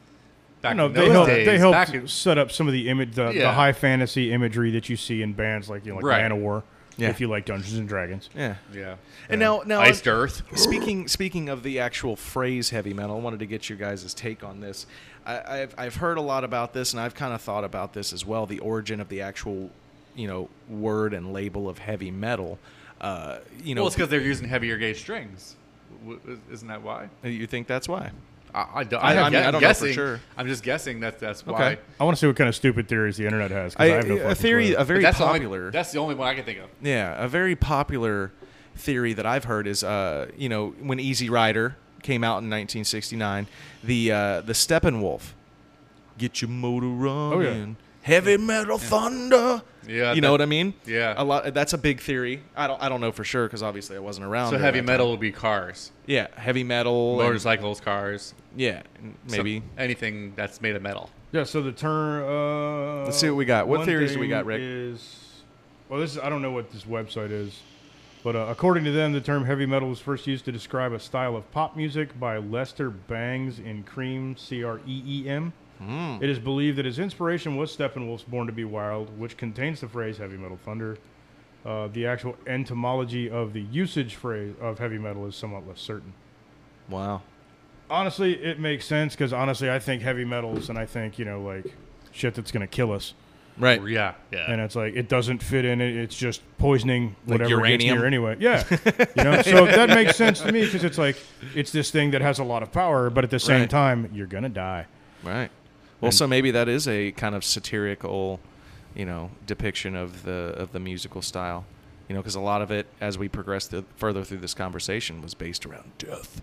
[SPEAKER 3] Back
[SPEAKER 4] No,
[SPEAKER 3] in
[SPEAKER 4] they
[SPEAKER 3] those
[SPEAKER 4] helped,
[SPEAKER 3] days,
[SPEAKER 4] they helped
[SPEAKER 3] back in-
[SPEAKER 4] set up some of the image, the, the
[SPEAKER 3] Yeah.
[SPEAKER 4] high fantasy imagery that you see in bands like you know, like
[SPEAKER 3] Right.
[SPEAKER 4] Manowar,
[SPEAKER 2] Yeah.
[SPEAKER 4] if you like Dungeons and Dragons.
[SPEAKER 2] Yeah.
[SPEAKER 3] yeah.
[SPEAKER 2] And now, now
[SPEAKER 3] Iced Earth.
[SPEAKER 2] speaking speaking of the actual phrase heavy metal, I wanted to get your guys' take on this. I, I've I've heard a lot about this, and I've kind of thought about this as well. The origin of the actual, you know, word and label of heavy metal. Uh, you know,
[SPEAKER 3] Well, it's because they're using heavier gauge strings. W- w- Isn't that why?
[SPEAKER 2] you think that's why?
[SPEAKER 3] I, I, don't-
[SPEAKER 2] I-
[SPEAKER 3] I'm
[SPEAKER 2] I mean, I
[SPEAKER 3] gu-
[SPEAKER 2] don't know for
[SPEAKER 3] guessing.
[SPEAKER 2] sure.
[SPEAKER 3] I'm just guessing that that's why.
[SPEAKER 2] Okay.
[SPEAKER 4] I want to see what kind of stupid theories the internet has. 'cause
[SPEAKER 2] I,
[SPEAKER 4] I have no
[SPEAKER 2] a
[SPEAKER 4] fucking
[SPEAKER 2] theory,
[SPEAKER 4] clue.
[SPEAKER 2] a very
[SPEAKER 3] But that's the only-
[SPEAKER 2] popular.
[SPEAKER 3] that's the only one I can think of.
[SPEAKER 2] Yeah, a very popular theory that I've heard is, uh, you know, when Easy Rider came out in 1969, the uh, the Steppenwolf, get your motor
[SPEAKER 3] Oh,
[SPEAKER 2] running, heavy metal thunder.
[SPEAKER 3] Yeah,
[SPEAKER 2] you know
[SPEAKER 3] that-
[SPEAKER 2] what I mean.
[SPEAKER 3] yeah.
[SPEAKER 2] a lot. That's a big theory. I don't. I don't know for sure because obviously I wasn't around.
[SPEAKER 3] So
[SPEAKER 2] during
[SPEAKER 3] heavy
[SPEAKER 2] that
[SPEAKER 3] metal
[SPEAKER 2] time.
[SPEAKER 3] would be cars,
[SPEAKER 2] Yeah, heavy metal. and-
[SPEAKER 3] motorcycles, cars,
[SPEAKER 2] yeah, and
[SPEAKER 3] some-
[SPEAKER 2] maybe.
[SPEAKER 3] anything that's made of metal.
[SPEAKER 4] Yeah, so the term. Uh,
[SPEAKER 2] Let's see what we got. What
[SPEAKER 4] one
[SPEAKER 2] theories do we
[SPEAKER 4] thing
[SPEAKER 2] got, Rick?
[SPEAKER 4] Is, well, this is, I don't know what this website is, but uh, according to them, the term heavy metal was first used to describe a style of pop music by Lester Bangs in Cream, C R E E M.
[SPEAKER 2] Hmm.
[SPEAKER 4] It is believed that his inspiration was Steppenwolf's "Born to Be Wild," which contains the phrase "heavy metal thunder." Uh, the actual etymology of the usage phrase of heavy metal is somewhat less certain.
[SPEAKER 2] Wow.
[SPEAKER 4] Honestly, it makes sense because honestly, I think heavy metals and I think you know like shit that's gonna kill us,
[SPEAKER 2] Right.
[SPEAKER 3] Yeah, yeah.
[SPEAKER 4] and it's like it doesn't fit in. It, it's just poisoning whatever gets
[SPEAKER 2] uranium?
[SPEAKER 4] near anyway. Yeah, you know. So that makes sense to me because it's like it's this thing that has a lot of power, but at the same
[SPEAKER 2] Right.
[SPEAKER 4] time, you're gonna die.
[SPEAKER 2] Right. Well, so maybe that is a kind of satirical, you know, depiction of the of the musical style. You know, because a lot of it, as we progressed th- further through this conversation, was based around death,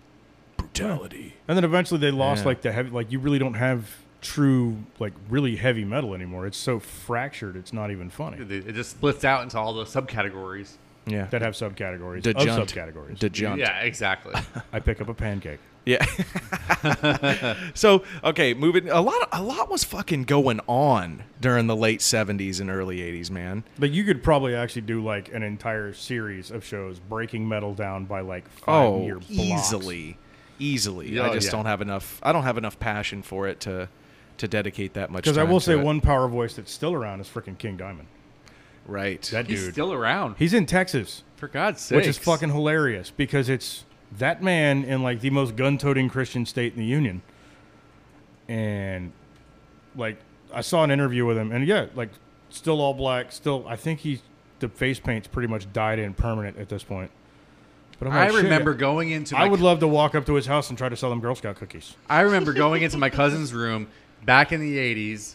[SPEAKER 2] brutality.
[SPEAKER 4] And then eventually they lost
[SPEAKER 2] Yeah.
[SPEAKER 4] like the heavy, like you really don't have true like really heavy metal anymore. It's so fractured, it's not even funny.
[SPEAKER 3] It it just splits out into all the subcategories.
[SPEAKER 2] Yeah.
[SPEAKER 4] That have subcategories
[SPEAKER 2] Dejunt.
[SPEAKER 4] of subcategories.
[SPEAKER 2] Dejunt.
[SPEAKER 3] Yeah, exactly.
[SPEAKER 4] I pick up a pancake.
[SPEAKER 2] Yeah. so okay, moving a lot. A lot was fucking going on during the late '70s and early '80s, man.
[SPEAKER 4] But you could probably actually do like an entire series of shows breaking metal down by like five
[SPEAKER 2] Oh,
[SPEAKER 4] year blocks.
[SPEAKER 2] easily, easily. I
[SPEAKER 3] Yeah,
[SPEAKER 2] just
[SPEAKER 3] Oh, yeah.
[SPEAKER 2] don't have enough. I don't have enough passion for it to to dedicate that much.
[SPEAKER 4] Because I
[SPEAKER 2] time
[SPEAKER 4] will
[SPEAKER 2] to
[SPEAKER 4] say
[SPEAKER 2] it.
[SPEAKER 4] one power voice that's still around is freaking King Diamond.
[SPEAKER 2] right.
[SPEAKER 4] That
[SPEAKER 3] He's
[SPEAKER 4] dude.
[SPEAKER 3] still around.
[SPEAKER 4] he's in Texas,
[SPEAKER 3] for God's sake.
[SPEAKER 4] which is fucking hilarious because it's that man in like the most gun toting Christian state in the union. And like I saw an interview with him and yeah, like still all black, still I think he's the face paint's pretty much dyed in permanent at this point. But I'm
[SPEAKER 3] I
[SPEAKER 4] like, shit,
[SPEAKER 3] remember going into my
[SPEAKER 4] I would love to walk up to his house and try to sell him Girl Scout cookies.
[SPEAKER 3] I remember going into my cousin's room back in the '80s,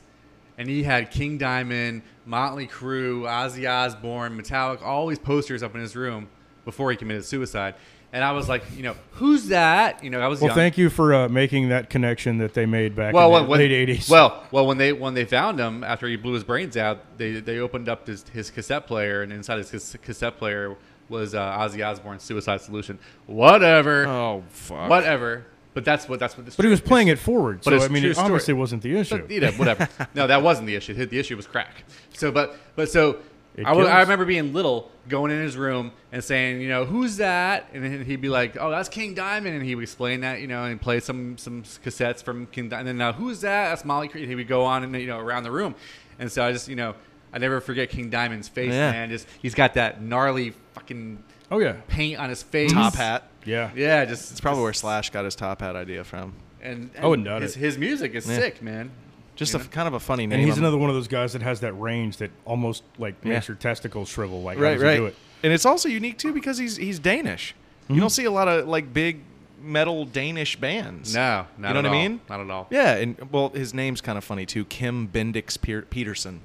[SPEAKER 3] and he had King Diamond, Motley Crue, Ozzy Osbourne, Metallic, all these posters up in his room before he committed suicide. And I was like, you know, who's that? You know, I was
[SPEAKER 4] Well,
[SPEAKER 3] young.
[SPEAKER 4] thank you for uh, making that connection that they made back
[SPEAKER 3] well,
[SPEAKER 4] in
[SPEAKER 3] when,
[SPEAKER 4] the
[SPEAKER 3] when,
[SPEAKER 4] late eighties.
[SPEAKER 3] Well, well, when they when they found him after he blew his brains out, they they opened up his, his cassette player, and inside his cas- cassette player was uh, Ozzy Osbourne's Suicide Solution. Whatever,
[SPEAKER 2] Oh fuck.
[SPEAKER 3] whatever. But that's what that's what. This
[SPEAKER 4] but he was playing it forward, so
[SPEAKER 3] it's
[SPEAKER 4] I mean,
[SPEAKER 3] true
[SPEAKER 4] it
[SPEAKER 3] story.
[SPEAKER 4] obviously wasn't the issue.
[SPEAKER 3] But, you know, whatever. no, that wasn't the issue. The- The issue was crack. So, but, but so
[SPEAKER 4] It
[SPEAKER 3] I, w- I
[SPEAKER 4] kills.
[SPEAKER 3] remember being little, going in his room and saying, you know, who's that? And then he'd be like, oh, that's King Diamond, and he would explain that, you know, and play some some cassettes from King Diamond. And then uh, who's that? That's Molly. Creed. And he would go on and you know around the room, and so I just you know I never forget King Diamond's face,
[SPEAKER 2] Yeah.
[SPEAKER 3] man. Just he's got that gnarly fucking
[SPEAKER 4] oh yeah,
[SPEAKER 3] paint on his face,
[SPEAKER 2] top hat.
[SPEAKER 4] yeah.
[SPEAKER 3] Yeah, just
[SPEAKER 2] It's probably where Slash got his top hat idea from.
[SPEAKER 3] And, and
[SPEAKER 4] I wouldn't doubt
[SPEAKER 3] his,
[SPEAKER 4] it.
[SPEAKER 3] His music is
[SPEAKER 2] Yeah.
[SPEAKER 3] sick, man.
[SPEAKER 2] Just
[SPEAKER 3] You
[SPEAKER 2] a
[SPEAKER 3] know?
[SPEAKER 2] kind of a funny name.
[SPEAKER 4] And he's
[SPEAKER 2] I'm-
[SPEAKER 4] another one of those guys that has that range that almost like makes
[SPEAKER 2] Yeah.
[SPEAKER 4] your testicles shrivel. Like, how
[SPEAKER 2] right,
[SPEAKER 4] does he
[SPEAKER 2] right.
[SPEAKER 4] do it?
[SPEAKER 2] Hmm. And it's also unique too because he's he's Danish. You don't see a lot of like big metal Danish bands.
[SPEAKER 3] No, not
[SPEAKER 2] you know
[SPEAKER 3] at
[SPEAKER 2] what
[SPEAKER 3] all.
[SPEAKER 2] I mean?
[SPEAKER 3] Not at all.
[SPEAKER 2] Yeah, and well, his name's kind of funny too. Kim Bendix Pier- Peterson.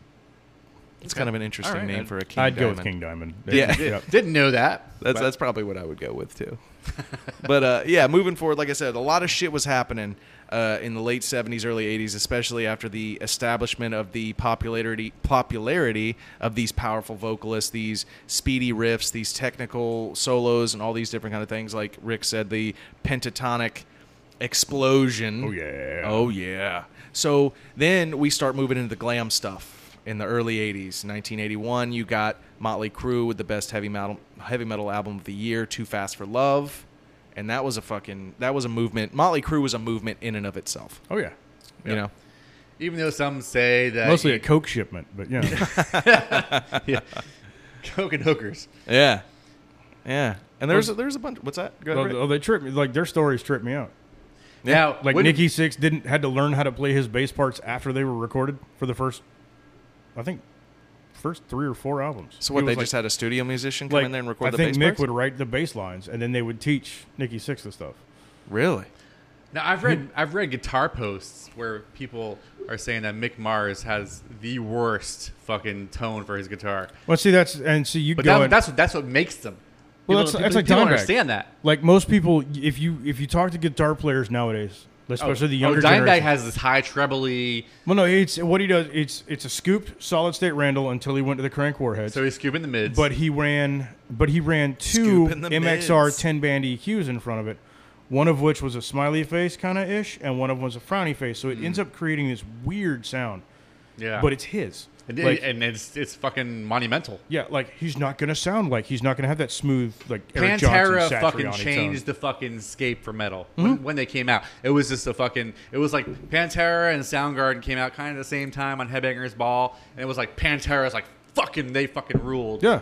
[SPEAKER 2] It's kind of an interesting
[SPEAKER 3] All right,
[SPEAKER 2] name
[SPEAKER 3] I'd-
[SPEAKER 2] for a king.
[SPEAKER 4] I'd go with
[SPEAKER 2] diamond.
[SPEAKER 4] King Diamond.
[SPEAKER 2] Yeah.
[SPEAKER 4] Yep.
[SPEAKER 3] Oh. Didn't know that.
[SPEAKER 2] That's that's probably what I would go with too. but uh, yeah, moving forward, like I said, a lot of shit was happening uh, in the late '70s, early '80s, especially after the establishment of the popularity popularity of these powerful vocalists, these speedy riffs, these technical solos, and all these different kind of things. Like Rick said, the pentatonic explosion.
[SPEAKER 4] Oh, yeah.
[SPEAKER 2] Oh yeah. So then we start moving into the glam stuff in the early '80s. 1981, you got Motley Crue with the best heavy metal heavy metal album of the year, "Too Fast for Love," and that was a fucking that was a movement. Motley Crue was a movement in and of itself.
[SPEAKER 4] Oh yeah.
[SPEAKER 2] You know,
[SPEAKER 3] Even though some say that
[SPEAKER 4] Mostly a coke shipment, but yeah.
[SPEAKER 3] yeah, coke and hookers.
[SPEAKER 2] yeah, yeah. And there's a, there's a bunch. What's that? Go ahead, Rick.
[SPEAKER 4] oh, they trip me. Like their stories trip me out.
[SPEAKER 3] Now,
[SPEAKER 4] Like
[SPEAKER 3] wouldn't-
[SPEAKER 4] Nikki Six didn't had to learn how to play his bass parts after they were recorded for the first, I think, first three or four albums.
[SPEAKER 2] So what?
[SPEAKER 4] He
[SPEAKER 2] They
[SPEAKER 4] was
[SPEAKER 2] just had a studio musician come
[SPEAKER 4] like,
[SPEAKER 2] in there and record
[SPEAKER 4] I
[SPEAKER 2] the
[SPEAKER 4] think
[SPEAKER 2] bass
[SPEAKER 4] Mick
[SPEAKER 2] parts?
[SPEAKER 4] would write the bass lines, and then they would teach Nikki Six the stuff.
[SPEAKER 2] really.
[SPEAKER 3] Now I've read I've read guitar posts where people are saying that Mick Mars has the worst fucking tone for his guitar.
[SPEAKER 4] Well, see, that's and see you
[SPEAKER 3] But
[SPEAKER 4] go.
[SPEAKER 3] that,
[SPEAKER 4] and-
[SPEAKER 3] that's that's what makes them. People-
[SPEAKER 4] Well, that's-
[SPEAKER 3] people,
[SPEAKER 4] that's like
[SPEAKER 3] people don't
[SPEAKER 4] Dimebag.
[SPEAKER 3] understand that.
[SPEAKER 4] like most people. If you if you talk to guitar players nowadays, especially Oh,
[SPEAKER 2] Oh,
[SPEAKER 4] the younger
[SPEAKER 3] Oh, Dimebag
[SPEAKER 4] generation,
[SPEAKER 3] has this high trebly,
[SPEAKER 4] well, no, it's what he does. It's it's a scooped solid state Randall until he went to the crank warheads.
[SPEAKER 3] so he's scooping the mids.
[SPEAKER 4] But he ran, but he ran two
[SPEAKER 2] Scooping the
[SPEAKER 4] MXR
[SPEAKER 2] mids.
[SPEAKER 4] 10 band EQs in front of it. One of which was a smiley face kind of ish, and one of them was a frowny face. So it ends up creating this weird sound,
[SPEAKER 3] Hmm. yeah,
[SPEAKER 4] but it's his.
[SPEAKER 3] and,
[SPEAKER 4] like-
[SPEAKER 3] and it's it's fucking monumental.
[SPEAKER 4] Yeah, like he's not gonna sound like he's not gonna have that smooth like Eric
[SPEAKER 3] Pantera
[SPEAKER 4] Johnson
[SPEAKER 3] fucking
[SPEAKER 4] Satriani tone. Hmm?
[SPEAKER 3] changed the fucking scape for metal when, when they came out. It was just a fucking. It was like Pantera and Soundgarden came out kind of the same time on Headbangers Ball, and it was like Pantera's like fucking they fucking ruled.
[SPEAKER 4] Yeah,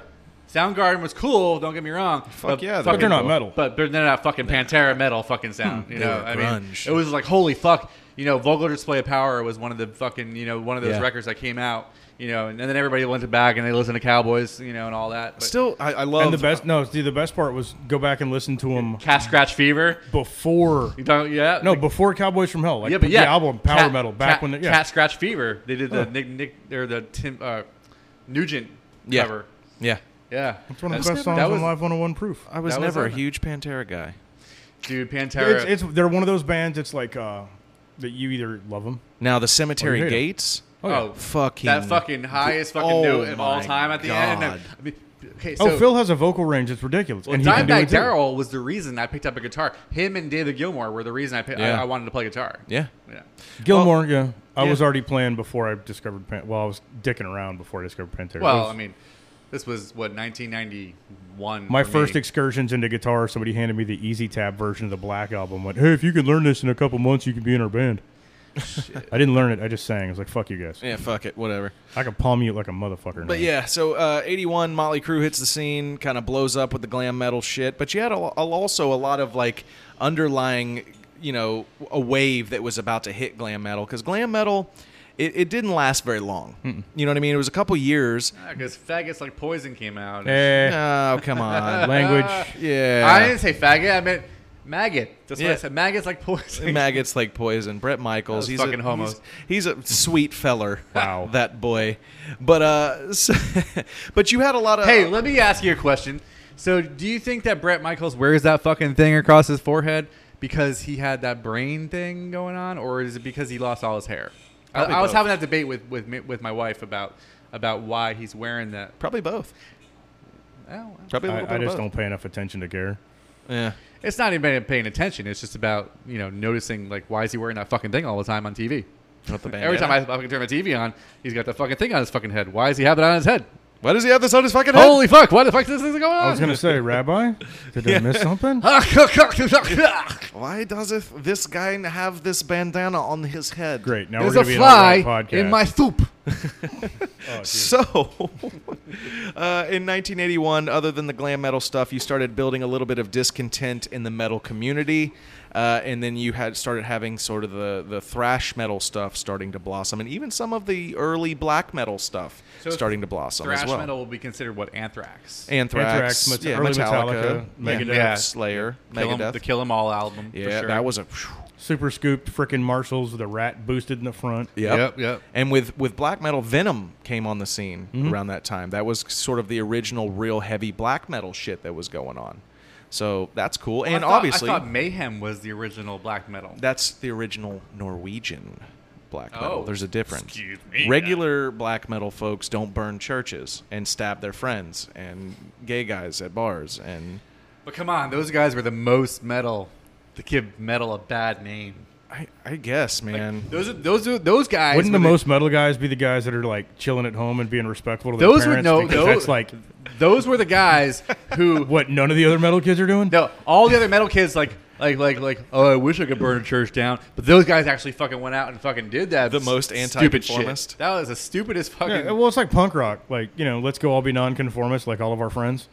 [SPEAKER 3] Soundgarden was cool. Don't get me wrong. Fuck
[SPEAKER 2] yeah, they're
[SPEAKER 4] but they're not metal. Hmm.
[SPEAKER 3] But they're not fucking Pantera metal fucking sound. You know,
[SPEAKER 2] were
[SPEAKER 3] I mean,
[SPEAKER 2] grunge.
[SPEAKER 3] it was like holy fuck. You know, Vocal Display of Power was one of the fucking you know one of those
[SPEAKER 2] Yeah.
[SPEAKER 3] records that came out. You know, and then everybody went to back and they listened to Cowboys. You know, and all that. But
[SPEAKER 2] Still, I, I love
[SPEAKER 4] and the best no, see, the best part was go back and listen to him
[SPEAKER 3] Cat Scratch Fever.
[SPEAKER 4] before.
[SPEAKER 3] You don't, yeah.
[SPEAKER 4] No, before Cowboys from Hell, like
[SPEAKER 3] yeah, but
[SPEAKER 4] the
[SPEAKER 3] yeah,
[SPEAKER 4] album Power
[SPEAKER 3] Cat-
[SPEAKER 4] Metal back
[SPEAKER 3] Cat-
[SPEAKER 4] when the, yeah.
[SPEAKER 3] Cat Scratch Fever. They did the Nick Nick or the Tim uh, Nugent
[SPEAKER 2] Yeah.
[SPEAKER 3] cover.
[SPEAKER 2] Yeah,
[SPEAKER 3] Yeah,
[SPEAKER 4] it's one of the
[SPEAKER 2] That's-
[SPEAKER 4] best songs
[SPEAKER 3] that was-
[SPEAKER 4] on Live 101 Proof.
[SPEAKER 2] I was
[SPEAKER 3] That was
[SPEAKER 2] never
[SPEAKER 3] on
[SPEAKER 2] a
[SPEAKER 3] it.
[SPEAKER 2] huge Pantera guy.
[SPEAKER 3] dude,
[SPEAKER 4] Yeah,
[SPEAKER 3] Pantera.
[SPEAKER 4] It's, it's they're one of those bands. It's like uh, that you either love them.
[SPEAKER 2] Now the Cemetery
[SPEAKER 4] hate 'em.
[SPEAKER 2] Gates.
[SPEAKER 3] oh,
[SPEAKER 2] fucking-
[SPEAKER 3] that fucking highest fucking
[SPEAKER 2] Oh
[SPEAKER 3] note of all
[SPEAKER 2] my
[SPEAKER 3] time at the end.
[SPEAKER 2] God.
[SPEAKER 3] I mean, okay, so
[SPEAKER 4] Oh, Phil has a vocal range that's ridiculous.
[SPEAKER 3] well,
[SPEAKER 4] and he can do
[SPEAKER 3] Dimebag
[SPEAKER 4] it too.
[SPEAKER 3] Darrell was the reason I picked up a guitar. Him and David Gilmour were the reason I, picked,
[SPEAKER 2] Yeah.
[SPEAKER 3] I, I wanted to play guitar.
[SPEAKER 2] Yeah.
[SPEAKER 3] yeah.
[SPEAKER 4] Gilmore, yeah. I
[SPEAKER 2] yeah.
[SPEAKER 4] was already playing before I discovered Pan- well, I was dicking around before I discovered Pantera. It
[SPEAKER 3] Well,
[SPEAKER 4] was-
[SPEAKER 3] I mean, this was what 1991.
[SPEAKER 4] my
[SPEAKER 3] for
[SPEAKER 4] first
[SPEAKER 3] me.
[SPEAKER 4] excursions into guitar, somebody handed me the Easy Tab version of the Black album. Went, hey, if you could learn this in a couple months, you could be in our band. I didn't learn it. I just sang. I was like, fuck you guys.
[SPEAKER 2] Yeah, fuck it, whatever.
[SPEAKER 4] I could palm you like a motherfucker.
[SPEAKER 2] But
[SPEAKER 4] now.
[SPEAKER 2] yeah, so uh, 81, Motley Crue hits the scene, kind of blows up with the glam metal shit. But you had a, a- also a lot of like underlying, you know, a wave that was about to hit glam metal because glam metal, it, it didn't last very long. You know what I mean? It was a couple years.
[SPEAKER 3] because faggots like poison came out.
[SPEAKER 4] Eh,
[SPEAKER 2] Oh, come on.
[SPEAKER 4] language.
[SPEAKER 2] yeah.
[SPEAKER 3] I didn't say faggot. I meant maggot. That's what
[SPEAKER 2] Yeah.
[SPEAKER 3] I said. Maggots like poison.
[SPEAKER 2] Maggots like poison. Brett Michaels.
[SPEAKER 3] Those
[SPEAKER 2] He's
[SPEAKER 3] fucking
[SPEAKER 2] a,
[SPEAKER 3] homos.
[SPEAKER 2] He's, he's a sweet feller.
[SPEAKER 4] Wow.
[SPEAKER 2] that boy. But uh, so, but you had a lot of
[SPEAKER 3] hey, let me ask you a question. So, do you think that Brett Michaels wears that fucking thing across his forehead because he had that brain thing going on, or is it because he lost all his hair? I,
[SPEAKER 2] Probably
[SPEAKER 3] I was
[SPEAKER 2] both.
[SPEAKER 3] having that debate with with me, with my wife about about why he's wearing that.
[SPEAKER 2] probably both.
[SPEAKER 3] Oh, well.
[SPEAKER 2] Probably a little
[SPEAKER 4] I,
[SPEAKER 2] bit
[SPEAKER 4] I
[SPEAKER 2] of
[SPEAKER 4] just
[SPEAKER 2] both.
[SPEAKER 4] don't pay enough attention to care.
[SPEAKER 2] Yeah.
[SPEAKER 3] It's not even paying attention. It's just about you know noticing like why is he wearing that fucking thing all the time on TV?
[SPEAKER 2] Not the
[SPEAKER 3] Every time I fucking turn my TV on, he's got that fucking thing on his fucking head. Why does he have it on his head?
[SPEAKER 2] Why does he have this on his fucking head?
[SPEAKER 3] Holy fuck! Why the fuck is this going on? Ah,
[SPEAKER 4] I was gonna say, Rabbi, did I miss something?
[SPEAKER 3] There's
[SPEAKER 2] Why does it- this guy have this bandana on his head?
[SPEAKER 4] Great. Now we're
[SPEAKER 3] a
[SPEAKER 4] gonna be an
[SPEAKER 3] fly
[SPEAKER 4] all-right podcast.
[SPEAKER 3] in my soup.
[SPEAKER 2] So, uh, in 1981, other than the glam metal stuff, you started building a little bit of discontent in the metal community, uh, and then you had started having sort of the the thrash metal stuff starting to blossom, and even some of the early black metal stuff
[SPEAKER 3] So
[SPEAKER 2] starting to blossom
[SPEAKER 3] Thrash
[SPEAKER 2] as well.
[SPEAKER 3] metal will be considered what anthrax.
[SPEAKER 2] Anthrax,
[SPEAKER 4] Anthrax, Met-
[SPEAKER 2] yeah,
[SPEAKER 4] early
[SPEAKER 2] Metallica,
[SPEAKER 4] Metallica,
[SPEAKER 2] yeah,
[SPEAKER 4] Megadeth.
[SPEAKER 3] Yeah.
[SPEAKER 2] Slayer,
[SPEAKER 3] Kill 'em-
[SPEAKER 2] Megadeth.
[SPEAKER 3] the Kill 'Em All album. for
[SPEAKER 2] yeah,
[SPEAKER 3] sure.
[SPEAKER 2] that was a.
[SPEAKER 4] Super scooped frickin' Marshalls with a rat boosted in the front.
[SPEAKER 3] Yep, yep. Mm-hmm.
[SPEAKER 2] And with with black metal, Venom came on the scene around that time. That was sort of the original real heavy black metal shit that was going on. So that's cool.
[SPEAKER 3] I
[SPEAKER 2] And
[SPEAKER 3] thought-
[SPEAKER 2] obviously,
[SPEAKER 3] I thought Mayhem was the original black metal.
[SPEAKER 2] that's the original Norwegian black metal.
[SPEAKER 3] Oh,
[SPEAKER 2] There's a difference.
[SPEAKER 3] excuse me.
[SPEAKER 2] Regular black metal folks don't burn churches and stab their friends and gay guys at bars and
[SPEAKER 3] But come on, those guys were the most metal to give metal a bad name.
[SPEAKER 2] I, I guess, man.
[SPEAKER 3] Those are those are those guys.
[SPEAKER 4] Wouldn't
[SPEAKER 3] were
[SPEAKER 4] the most metal guys be the guys that are like chilling at home and being respectful to their
[SPEAKER 3] those were
[SPEAKER 4] parents?
[SPEAKER 3] no
[SPEAKER 4] because
[SPEAKER 3] those,
[SPEAKER 4] that's like
[SPEAKER 3] those were the guys who
[SPEAKER 4] what none of the other metal kids are doing.
[SPEAKER 3] no all the other metal kids like like like like oh I wish I could burn a church down, but those guys actually fucking went out and fucking did that.
[SPEAKER 2] The most
[SPEAKER 3] stupid
[SPEAKER 2] anti-conformist.
[SPEAKER 3] shit. That was the stupidest fucking
[SPEAKER 4] Yeah, well, it's like punk rock. Like you know, let's go all be nonconformists like all of our friends.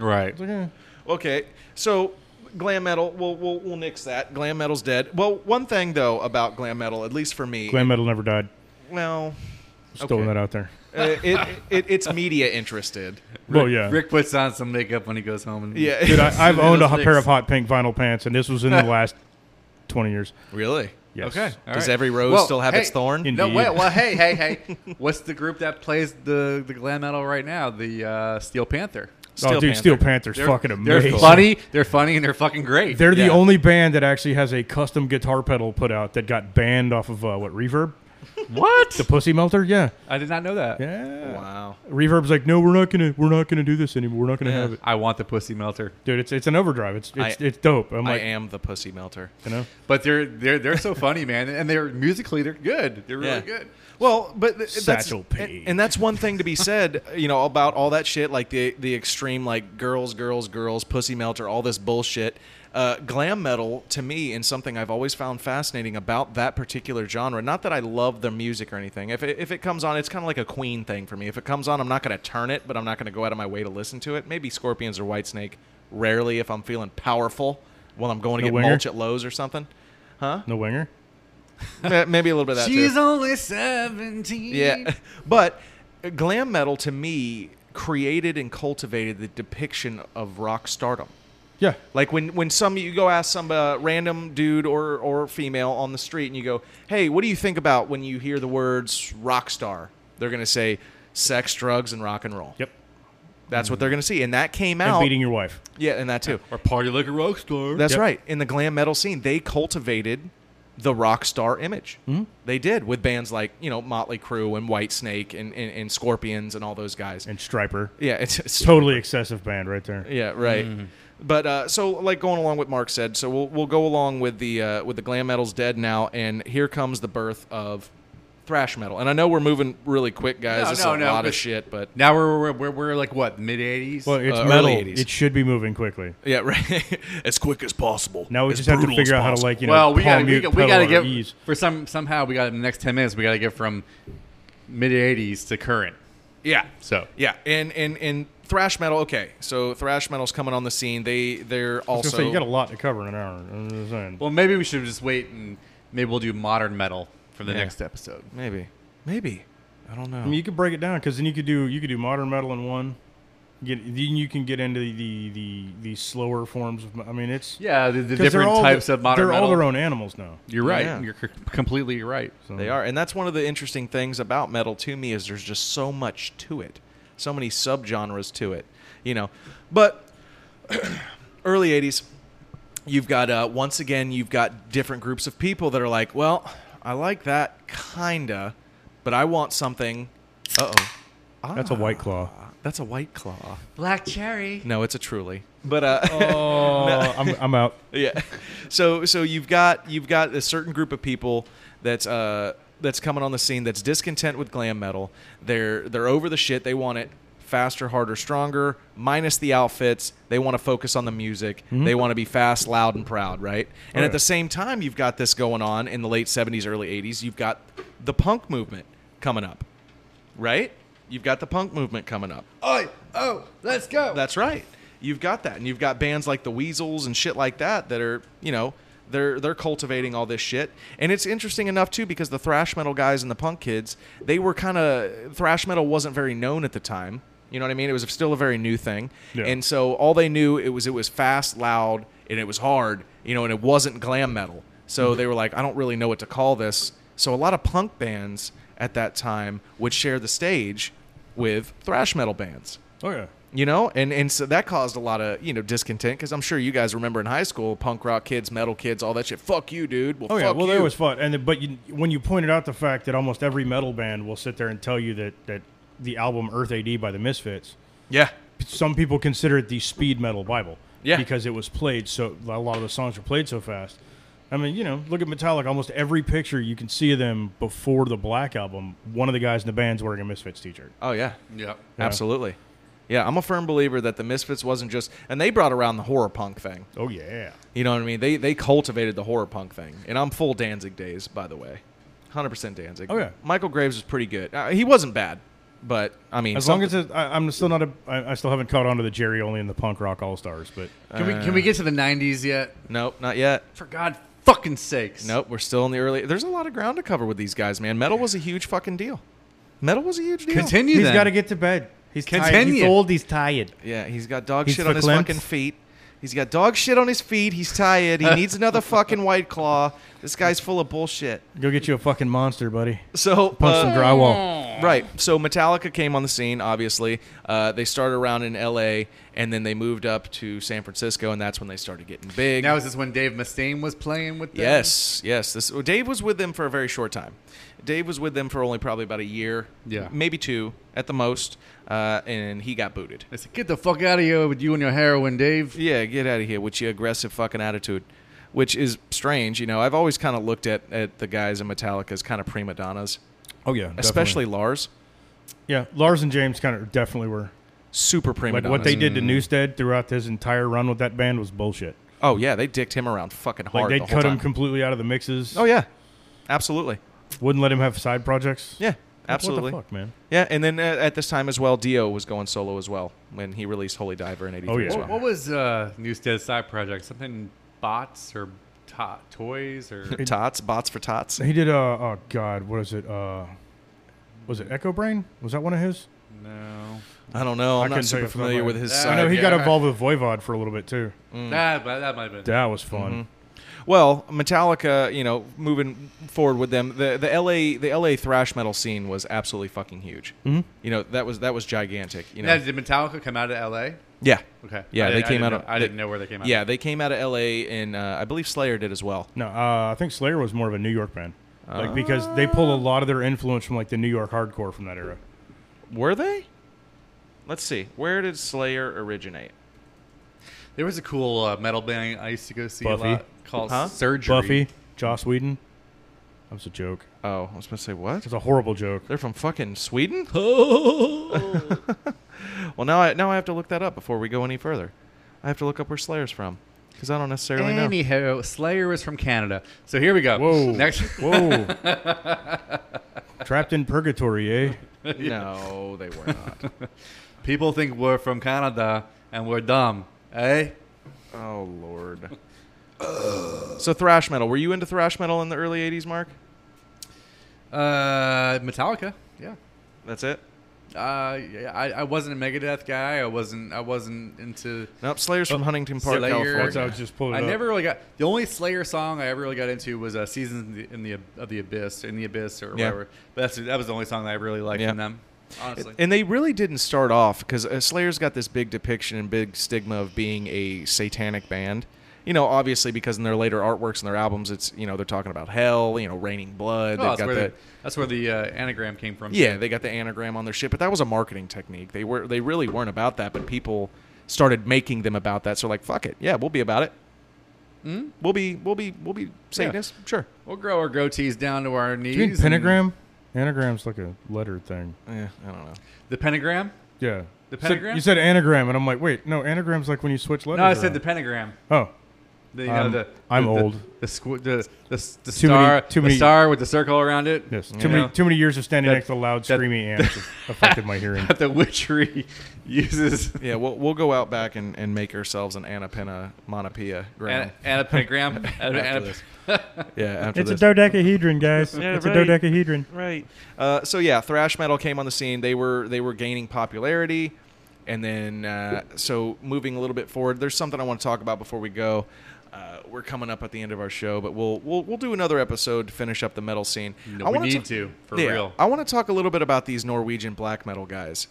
[SPEAKER 3] right.
[SPEAKER 2] Okay, so glam metal, we'll, we'll, we'll nix that. Glam metal's dead. Well, one thing, though, about glam metal, at least for me,
[SPEAKER 4] Glam metal never died.
[SPEAKER 2] well,
[SPEAKER 4] Just throwing that out there.
[SPEAKER 2] uh, it, it, it's media interested.
[SPEAKER 4] well, yeah.
[SPEAKER 3] Rick puts on some makeup when he goes home. And
[SPEAKER 2] Yeah.
[SPEAKER 4] Dude, I, I've
[SPEAKER 3] Those
[SPEAKER 4] owned a
[SPEAKER 3] licks.
[SPEAKER 4] pair of hot pink vinyl pants, and this was in the last twenty years.
[SPEAKER 2] really?
[SPEAKER 4] Yes. Oh,
[SPEAKER 3] Okay. all
[SPEAKER 2] Does
[SPEAKER 3] right.
[SPEAKER 2] every rose
[SPEAKER 3] Well,
[SPEAKER 2] still have
[SPEAKER 3] hey,
[SPEAKER 2] its thorn?
[SPEAKER 4] In-
[SPEAKER 3] No,
[SPEAKER 4] Indeed.
[SPEAKER 3] wait. Well, hey, hey, hey. What's the group that plays the the glam metal right now? The uh, Steel Panther.
[SPEAKER 4] Oh, dude, Steel Panther's
[SPEAKER 3] They're
[SPEAKER 4] fucking
[SPEAKER 3] They're
[SPEAKER 4] amazing.
[SPEAKER 3] funny. They're funny and they're fucking great.
[SPEAKER 4] They're the
[SPEAKER 2] Yeah.
[SPEAKER 4] only band that actually has a custom guitar pedal put out that got banned off of uh, what Reverb,
[SPEAKER 3] what?
[SPEAKER 4] the Pussy Melter. Yeah,
[SPEAKER 3] I did not know that.
[SPEAKER 4] yeah.
[SPEAKER 2] Wow.
[SPEAKER 4] Reverb's like, no, we're not gonna, we're not gonna do this anymore. We're not gonna
[SPEAKER 2] Yeah.
[SPEAKER 4] have it,
[SPEAKER 3] I want the Pussy Melter.
[SPEAKER 4] dude. It's it's an overdrive. It's it's,
[SPEAKER 2] I-
[SPEAKER 4] it's dope. I'm
[SPEAKER 2] I
[SPEAKER 4] like,
[SPEAKER 2] am the pussy melter.
[SPEAKER 4] you know,
[SPEAKER 3] But they're they're they're so funny, man. And they're musically they're good. They're really
[SPEAKER 2] Yeah.
[SPEAKER 3] good.
[SPEAKER 2] Well, but th- that's,
[SPEAKER 4] Satchel
[SPEAKER 2] and,
[SPEAKER 4] Paige.
[SPEAKER 2] and that's one thing to be said, you know, about all that shit, like the the extreme, like girls, girls, girls, pussy melter, all this bullshit. Uh, glam metal to me, and something I've always found fascinating about that particular genre. Not that I love the music or anything. If it, if it comes on, it's kind of like a Queen thing for me. If it comes on, I'm not going to turn it, but I'm not going to go out of my way to listen to it. Maybe Scorpions or Whitesnake. Rarely, if I'm feeling powerful, while I'm going to
[SPEAKER 4] No
[SPEAKER 2] get
[SPEAKER 4] winger?
[SPEAKER 2] mulch at Lowe's or something.
[SPEAKER 4] no winger.
[SPEAKER 2] Ma- Maybe a little bit of that. too.
[SPEAKER 3] She's only seventeen.
[SPEAKER 2] Yeah, but uh, glam metal to me created and cultivated the depiction of rock stardom.
[SPEAKER 4] Yeah,
[SPEAKER 2] Like when when some you go ask some uh, random dude or or female on the street and you go, "Hey, what do you think about when you hear the words rock star?" They're gonna say sex, drugs, and rock and roll.
[SPEAKER 4] yep.
[SPEAKER 2] That's what they're gonna see, and that came
[SPEAKER 4] And
[SPEAKER 2] out.
[SPEAKER 4] beating your wife.
[SPEAKER 2] yeah, and that too.
[SPEAKER 5] Or party like a rock star.
[SPEAKER 2] That's
[SPEAKER 4] Yep.
[SPEAKER 2] right. In the glam metal scene, they cultivated the rock star image. They did with bands like you know Motley Crue and White Snake and, and, and Scorpions and all those guys.
[SPEAKER 4] and Striper.
[SPEAKER 2] yeah, it's, it's
[SPEAKER 4] Totally excessive band right there.
[SPEAKER 2] yeah right. But uh, so like going along what Mark said, so we'll we'll go along with the uh, with the glam metal's dead now, and here comes the birth of thrash metal. And I know we're moving really quick, guys.
[SPEAKER 3] No,
[SPEAKER 2] This is
[SPEAKER 3] no,
[SPEAKER 2] a
[SPEAKER 3] no,
[SPEAKER 2] lot of
[SPEAKER 3] but-
[SPEAKER 2] shit, but
[SPEAKER 3] Now we're we're, we're, we're like what mid eighties.
[SPEAKER 4] Well, it's
[SPEAKER 2] Uh,
[SPEAKER 4] metal.
[SPEAKER 2] early 80s.
[SPEAKER 4] It should be moving quickly.
[SPEAKER 2] yeah, right. as quick as possible.
[SPEAKER 4] Now we
[SPEAKER 2] As
[SPEAKER 4] just have to
[SPEAKER 2] brutal as
[SPEAKER 4] figure out how to
[SPEAKER 2] possible.
[SPEAKER 4] like you know
[SPEAKER 3] well, we
[SPEAKER 4] palm
[SPEAKER 3] got we,
[SPEAKER 4] mute,
[SPEAKER 3] got- we
[SPEAKER 4] pedal
[SPEAKER 3] got to
[SPEAKER 4] or
[SPEAKER 3] get
[SPEAKER 4] ease.
[SPEAKER 3] for some somehow we got in the next ten minutes we got to get from mid eighties to current.
[SPEAKER 2] yeah.
[SPEAKER 3] So
[SPEAKER 2] Yeah, and and and thrash metal. Okay, so thrash metal's coming on the scene. They they're
[SPEAKER 4] I was
[SPEAKER 2] also
[SPEAKER 4] gonna say, you got a lot to cover in an hour. I'm just saying.
[SPEAKER 3] well maybe we should just wait and maybe we'll do modern metal for the
[SPEAKER 2] Yeah.
[SPEAKER 3] next episode.
[SPEAKER 2] maybe maybe I don't know.
[SPEAKER 4] I mean, you could break it down because then you could do you could do modern metal in one. Get, then you can get into the the, the slower forms of. I mean, it's
[SPEAKER 3] Yeah, the, the
[SPEAKER 4] 'cause they're
[SPEAKER 3] different
[SPEAKER 4] all
[SPEAKER 3] types
[SPEAKER 4] the-
[SPEAKER 3] of modern
[SPEAKER 4] They're
[SPEAKER 3] metal.
[SPEAKER 4] all their own animals now.
[SPEAKER 3] You're right.
[SPEAKER 2] Yeah.
[SPEAKER 3] You're c- completely right.
[SPEAKER 4] So.
[SPEAKER 2] They are, and that's one of the interesting things about metal to me is there's just so much to it, so many subgenres to it, you know. But early '80s, you've got uh, once again you've got different groups of people that are like, well, I like that kinda, but I want something. Uh oh,
[SPEAKER 4] That's a white claw.
[SPEAKER 2] that's a white claw.
[SPEAKER 3] Black cherry.
[SPEAKER 2] No, it's a truly. But uh,
[SPEAKER 4] Oh, I'm, I'm out.
[SPEAKER 2] yeah. So so you've got you've got a certain group of people that's uh that's coming on the scene that's discontent with glam metal. They're they're over the shit. They want it faster, harder, stronger, minus the outfits. They want to focus on the music. They want to be fast, loud, and proud, right? And
[SPEAKER 4] Mm-hmm. Right.
[SPEAKER 2] at the same time, you've got this going on in the late 70s, early 80s. You've got the punk movement coming up. right? You've got the punk movement coming up.
[SPEAKER 3] Oh, oh, let's go.
[SPEAKER 2] That's right. You've got that, and you've got bands like the Weasels and shit like that that are, you know, they're they're cultivating all this shit. And it's interesting enough too because the thrash metal guys and the punk kids, they were kind of thrash metal wasn't very known at the time. You know what I mean? It was still a very new thing,
[SPEAKER 4] Yeah.
[SPEAKER 2] and so all they knew it was it was fast, loud, and it was hard. You know, and it wasn't glam metal. So they were like, I don't really know what to call this. So a lot of punk bands at that time would share the stage with thrash metal bands
[SPEAKER 4] Oh yeah.
[SPEAKER 2] you know and and so that caused a lot of you know discontent because i'm sure you guys remember in high school punk rock kids metal kids all that shit fuck you dude well,
[SPEAKER 4] Oh yeah.
[SPEAKER 2] fuck
[SPEAKER 4] Well,
[SPEAKER 2] you.
[SPEAKER 4] that was fun. And the, but you, when you pointed out the fact that almost every metal band will sit there and tell you that that the album Earth AD by the Misfits,
[SPEAKER 2] yeah
[SPEAKER 4] some people consider it the speed metal Bible.
[SPEAKER 2] Yeah.
[SPEAKER 4] Because it was played so a lot of the songs were played so fast. I mean, you know, look at Metallica. Almost every picture you can see of them before the Black album, one of the guys in the band's wearing a Misfits t-shirt.
[SPEAKER 2] oh yeah
[SPEAKER 3] Yep.
[SPEAKER 2] absolutely yeah i'm a firm believer that the misfits wasn't just and they brought around the horror punk thing
[SPEAKER 4] Oh yeah.
[SPEAKER 2] you know what i mean they they cultivated the horror punk thing and i'm full danzig days by the way 100% danzig
[SPEAKER 4] Oh, yeah.
[SPEAKER 2] michael graves was pretty good uh, he wasn't bad but i mean
[SPEAKER 4] As long as it, I, I'm still not a, I, I still haven't caught on to the Jerry only in the punk rock all stars, but
[SPEAKER 3] Can we can
[SPEAKER 2] Uh.
[SPEAKER 3] we get to the '90s yet?
[SPEAKER 2] nope not yet
[SPEAKER 3] For God fucking sakes.
[SPEAKER 2] Nope, we're still in the early. There's a lot of ground to cover with these guys, man. Metal was a huge fucking deal. Metal was a huge deal.
[SPEAKER 3] Continue.
[SPEAKER 4] he's
[SPEAKER 3] then.
[SPEAKER 4] got to get to bed. He's tired. He's
[SPEAKER 3] Continue.
[SPEAKER 4] old. He's tired.
[SPEAKER 2] Yeah, he's got dog
[SPEAKER 4] He's
[SPEAKER 2] shit on his
[SPEAKER 4] verklempt.
[SPEAKER 2] fucking feet. He's got dog shit on his feet. He's tired. He needs another fucking white claw. This guy's full of bullshit.
[SPEAKER 4] Go get you a fucking monster, buddy.
[SPEAKER 2] So
[SPEAKER 4] Punch
[SPEAKER 2] uh,
[SPEAKER 4] some drywall.
[SPEAKER 2] Right. So Metallica came on the scene, obviously. Uh, they started around in LA and then they moved up to San Francisco, and that's when they started getting big.
[SPEAKER 3] Now is this when Dave Mustaine was playing with them?
[SPEAKER 2] Yes, yes. This well, Dave was with them for a very short time. Dave was with them for only probably about a year,
[SPEAKER 3] Yeah.
[SPEAKER 2] maybe two at the most, uh, and he got booted.
[SPEAKER 3] I said, get the fuck out of here with you and your heroin, Dave.
[SPEAKER 2] Yeah, get out of here with your aggressive fucking attitude, which is strange. You know, I've always kind of looked at at the guys in Metallica as kind of prima donnas,
[SPEAKER 4] Oh yeah. definitely.
[SPEAKER 2] especially Lars.
[SPEAKER 4] yeah. Lars and James kind of definitely were
[SPEAKER 2] Super prima
[SPEAKER 4] like
[SPEAKER 2] donnas.
[SPEAKER 4] what they did to Newstead throughout his entire run with that band was bullshit.
[SPEAKER 2] Oh yeah, they dicked him around fucking
[SPEAKER 4] Like
[SPEAKER 2] hard.
[SPEAKER 4] they
[SPEAKER 2] the
[SPEAKER 4] cut
[SPEAKER 2] whole
[SPEAKER 4] him
[SPEAKER 2] time.
[SPEAKER 4] completely out of the mixes.
[SPEAKER 2] oh yeah, absolutely.
[SPEAKER 4] Wouldn't let him have side projects.
[SPEAKER 2] Yeah,
[SPEAKER 4] Like,
[SPEAKER 2] absolutely.
[SPEAKER 4] What the fuck, man?
[SPEAKER 2] Yeah, and then uh, at this time as well, Dio was going solo as well when he released Holy Diver in '83
[SPEAKER 4] Oh, yeah.
[SPEAKER 2] as well.
[SPEAKER 3] What, what was uh, Newstead's side project? Something bots or to- toys or
[SPEAKER 2] tots, bots for tots.
[SPEAKER 4] He did. Uh, oh God, what is it? Uh, was it Echo Brain? Was that one of his?
[SPEAKER 3] no?
[SPEAKER 2] I don't know. I'm not
[SPEAKER 4] I couldn't tell
[SPEAKER 2] super
[SPEAKER 4] you if I'm
[SPEAKER 2] familiar
[SPEAKER 4] right.
[SPEAKER 2] with his
[SPEAKER 3] I
[SPEAKER 4] I
[SPEAKER 2] side. Mm-hmm.
[SPEAKER 4] know he
[SPEAKER 3] yeah.
[SPEAKER 4] got involved with Voivod for a little bit too.
[SPEAKER 2] Mm.
[SPEAKER 3] That but that might have been.
[SPEAKER 4] That was fun.
[SPEAKER 2] Well, Metallica, you know, moving forward with them, the the LA the LA thrash metal scene was absolutely fucking huge. Mm-hmm. You know, that was that was gigantic. You know,
[SPEAKER 3] Now, did Metallica come out of L.A.?
[SPEAKER 2] yeah,
[SPEAKER 3] Okay.
[SPEAKER 2] yeah,
[SPEAKER 3] I
[SPEAKER 2] they
[SPEAKER 3] didn't- I
[SPEAKER 2] came out.
[SPEAKER 3] didn't
[SPEAKER 2] of,
[SPEAKER 3] know- I
[SPEAKER 2] they-
[SPEAKER 3] didn't know where they came out.
[SPEAKER 2] Yeah, they came out of LA, and uh, I believe Slayer did as well.
[SPEAKER 4] No, uh, I think Slayer was more of a New York band, like because they pull
[SPEAKER 2] Ah.
[SPEAKER 4] a lot of their influence from like the New York hardcore from that era.
[SPEAKER 2] Were they? Let's see. Where did Slayer originate?
[SPEAKER 3] There was a cool uh, metal band I used to go see
[SPEAKER 4] Buffy.
[SPEAKER 3] a lot called
[SPEAKER 2] Huh?
[SPEAKER 3] Surgery.
[SPEAKER 4] Buffy, Joss Whedon. That was a joke.
[SPEAKER 2] Oh, I was gonna say what?
[SPEAKER 4] It's a horrible joke.
[SPEAKER 2] They're from fucking Sweden. well, now I now I have to look that up before we go any further. I have to look up where Slayer's from because I don't necessarily know.
[SPEAKER 3] Anyhow, Slayer was from Canada. So here we go.
[SPEAKER 4] Whoa.
[SPEAKER 3] Next.
[SPEAKER 4] Whoa. Trapped in purgatory, eh?
[SPEAKER 2] No, they were not.
[SPEAKER 3] People think we're from Canada and we're dumb, eh?
[SPEAKER 2] oh lord. so thrash metal. Were you into thrash metal in the early '80s, Mark?
[SPEAKER 3] Uh, Metallica. Yeah.
[SPEAKER 2] That's it.
[SPEAKER 3] Uh, yeah, I, I wasn't a Megadeth guy. I wasn't. I wasn't into.
[SPEAKER 2] Nope. Slayer's from Huntington Park,
[SPEAKER 3] Oh, Slayer.
[SPEAKER 4] That's how I
[SPEAKER 2] California.
[SPEAKER 4] was just pulling
[SPEAKER 3] I
[SPEAKER 4] it up.
[SPEAKER 3] never really got the only Slayer song I ever really got into was uh, "Seasons in the, in the of the Abyss" in the Abyss or
[SPEAKER 2] Yeah.
[SPEAKER 3] whatever. But that's that was the only song that I really liked
[SPEAKER 2] Yeah.
[SPEAKER 3] from them. Honestly,
[SPEAKER 2] And they really didn't start off because uh, Slayer's got this big depiction and big stigma of being a satanic band. You know, obviously because in their later artworks and their albums, it's you know they're talking about hell, you know, raining blood.
[SPEAKER 3] Oh,
[SPEAKER 2] They've
[SPEAKER 3] that's,
[SPEAKER 2] got
[SPEAKER 3] where
[SPEAKER 2] that.
[SPEAKER 3] the, that's where the uh, anagram came from.
[SPEAKER 2] Yeah, they got the anagram on their shit, but that was a marketing technique. They were they really weren't about that, but people started making them about that. So like, fuck it, yeah, we'll be about it. We'll be we'll be we'll be Satanists, sure.
[SPEAKER 3] we'll grow our goatees down to our knees.
[SPEAKER 4] Do you mean
[SPEAKER 3] and-
[SPEAKER 4] pentagram? Anagram's like a letter thing.
[SPEAKER 2] Yeah, I don't know.
[SPEAKER 3] The pentagram?
[SPEAKER 4] Yeah.
[SPEAKER 3] The
[SPEAKER 4] You said-
[SPEAKER 3] pentagram?
[SPEAKER 4] you said anagram, and I'm like, wait, no, anagram's like when you switch letters.
[SPEAKER 3] No, I said the
[SPEAKER 4] around.
[SPEAKER 3] pentagram.
[SPEAKER 4] Oh.
[SPEAKER 3] The, you know,
[SPEAKER 4] I'm-
[SPEAKER 3] the,
[SPEAKER 4] I'm
[SPEAKER 3] the-
[SPEAKER 4] old.
[SPEAKER 3] The, squ- the, the, the, the
[SPEAKER 4] Too many-
[SPEAKER 3] star,
[SPEAKER 4] too
[SPEAKER 3] the
[SPEAKER 4] many-
[SPEAKER 3] star with the circle around it.
[SPEAKER 4] Yes,
[SPEAKER 3] You
[SPEAKER 4] too many
[SPEAKER 3] know?
[SPEAKER 4] too many years of standing
[SPEAKER 3] That-
[SPEAKER 4] next to loud
[SPEAKER 3] that-
[SPEAKER 4] screaming amps affected my hearing.
[SPEAKER 3] That the witchery uses
[SPEAKER 2] Yeah, we'll, we'll go out back and, and make ourselves an Annapena Monopia
[SPEAKER 3] an,
[SPEAKER 2] gram.
[SPEAKER 3] an, a pentagram. an,
[SPEAKER 2] After
[SPEAKER 3] an,
[SPEAKER 2] this. yeah, after
[SPEAKER 6] It's a
[SPEAKER 2] this.
[SPEAKER 6] dodecahedron, guys.
[SPEAKER 2] Yeah,
[SPEAKER 6] it's
[SPEAKER 2] right.
[SPEAKER 6] a dodecahedron.
[SPEAKER 2] Right. Uh, so yeah, thrash metal came on the scene. They were they were gaining popularity, and then uh, so moving a little bit forward. There's something I want to talk about before we go. Uh, we're coming up at the end of our show, but we'll we'll, we'll do another episode to finish up the metal scene.
[SPEAKER 3] No,
[SPEAKER 2] I
[SPEAKER 3] we
[SPEAKER 2] wanna
[SPEAKER 3] need
[SPEAKER 2] ta-
[SPEAKER 3] to, for
[SPEAKER 2] Yeah,
[SPEAKER 3] real.
[SPEAKER 2] I want to talk a little bit about these Norwegian black metal guys.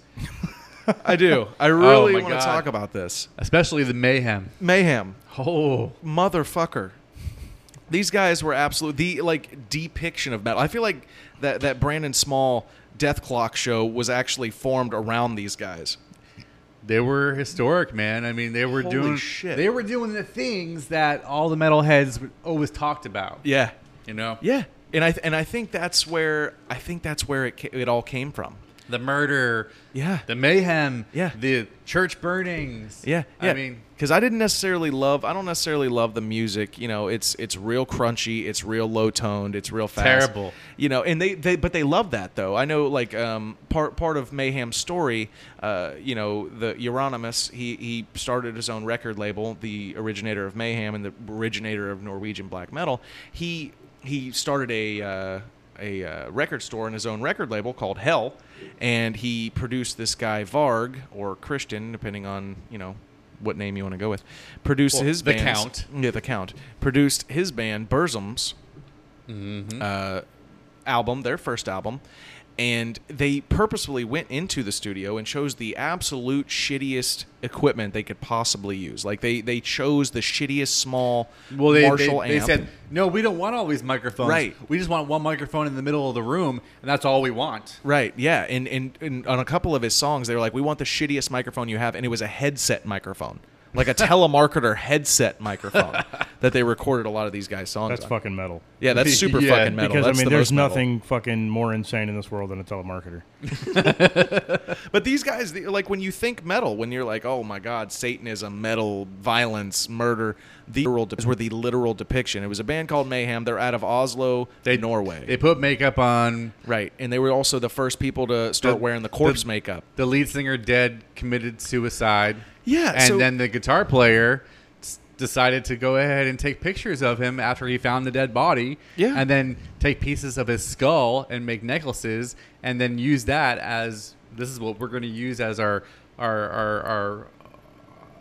[SPEAKER 2] I do. I really
[SPEAKER 3] Oh my
[SPEAKER 2] want to
[SPEAKER 3] God.
[SPEAKER 2] talk about this
[SPEAKER 3] especially the mayhem.
[SPEAKER 2] mayhem
[SPEAKER 3] Oh,
[SPEAKER 2] motherfucker. These guys were absolute the like depiction of metal. I feel like that that Brandon Small Death Clock show was actually formed around these guys.
[SPEAKER 3] they were historic, man. I mean, they were
[SPEAKER 2] Holy
[SPEAKER 3] doing
[SPEAKER 2] shit.
[SPEAKER 3] They were doing the things that all the metalheads always talked about.
[SPEAKER 2] Yeah,
[SPEAKER 3] You know,
[SPEAKER 2] yeah. And I th- and I think that's where I think that's where it ca- it all came from.
[SPEAKER 3] the murder.
[SPEAKER 2] Yeah.
[SPEAKER 3] The mayhem.
[SPEAKER 2] Yeah.
[SPEAKER 3] The church burnings.
[SPEAKER 2] Yeah, yeah.
[SPEAKER 3] I mean,
[SPEAKER 2] because I didn't necessarily love. I don't necessarily love the music. You know, it's it's real crunchy. It's real low toned. It's real fast.
[SPEAKER 3] Terrible.
[SPEAKER 2] You know, and they, they but they love that though. I know like um, part part of Mayhem's story. Uh, you know, the Euronymous. He he started his own record label, the originator of Mayhem and the originator of Norwegian black metal. He he started a. Uh, a uh, record store and his own record label called Hell, and he produced this guy Varg or Christian, depending on you know what name you want to go with. Produced
[SPEAKER 3] Well,
[SPEAKER 2] his
[SPEAKER 3] the
[SPEAKER 2] band's-
[SPEAKER 3] Count.
[SPEAKER 2] yeah, the Count produced his band Burzum's uh, album, their first album, and they purposefully went into the studio and chose the absolute shittiest equipment they could possibly use. Like they they chose the shittiest small
[SPEAKER 3] well, they,
[SPEAKER 2] Marshall
[SPEAKER 3] they, they
[SPEAKER 2] amp.
[SPEAKER 3] said, no, we don't want all these microphones.
[SPEAKER 2] Right.
[SPEAKER 3] We just want one microphone in the middle of the room, and that's all we want.
[SPEAKER 2] Right, yeah, and, and and on a couple of his songs, they were like, "We want the shittiest microphone you have," and it was a headset microphone, like a telemarketer headset microphone that they recorded a lot of these guys' songs.
[SPEAKER 4] That's
[SPEAKER 2] on.
[SPEAKER 4] fucking metal.
[SPEAKER 2] Yeah, that's super
[SPEAKER 3] Yeah,
[SPEAKER 2] fucking metal.
[SPEAKER 4] Because
[SPEAKER 2] That's
[SPEAKER 4] I mean,
[SPEAKER 2] the
[SPEAKER 4] there's
[SPEAKER 2] most metal.
[SPEAKER 4] nothing fucking more insane in this world than a telemarketer.
[SPEAKER 2] But these guys, they- like when you think metal, when you're like, oh my god, Satanism, metal, violence, murder, the literal de- were the literal depiction. It was a band called Mayhem. They're out of Oslo, Norway,
[SPEAKER 3] They put makeup on.
[SPEAKER 2] right? And they were also the first people to start
[SPEAKER 3] The-
[SPEAKER 2] wearing the corpse
[SPEAKER 3] the-
[SPEAKER 2] makeup.
[SPEAKER 3] The lead singer dead, committed suicide.
[SPEAKER 2] Yeah,
[SPEAKER 3] and
[SPEAKER 2] so-
[SPEAKER 3] then the guitar player s- decided to go ahead and take pictures of him after he found the dead body.
[SPEAKER 2] Yeah.
[SPEAKER 3] and then take pieces of his skull and make necklaces, and then use that as this is what we're going to use as our our our. our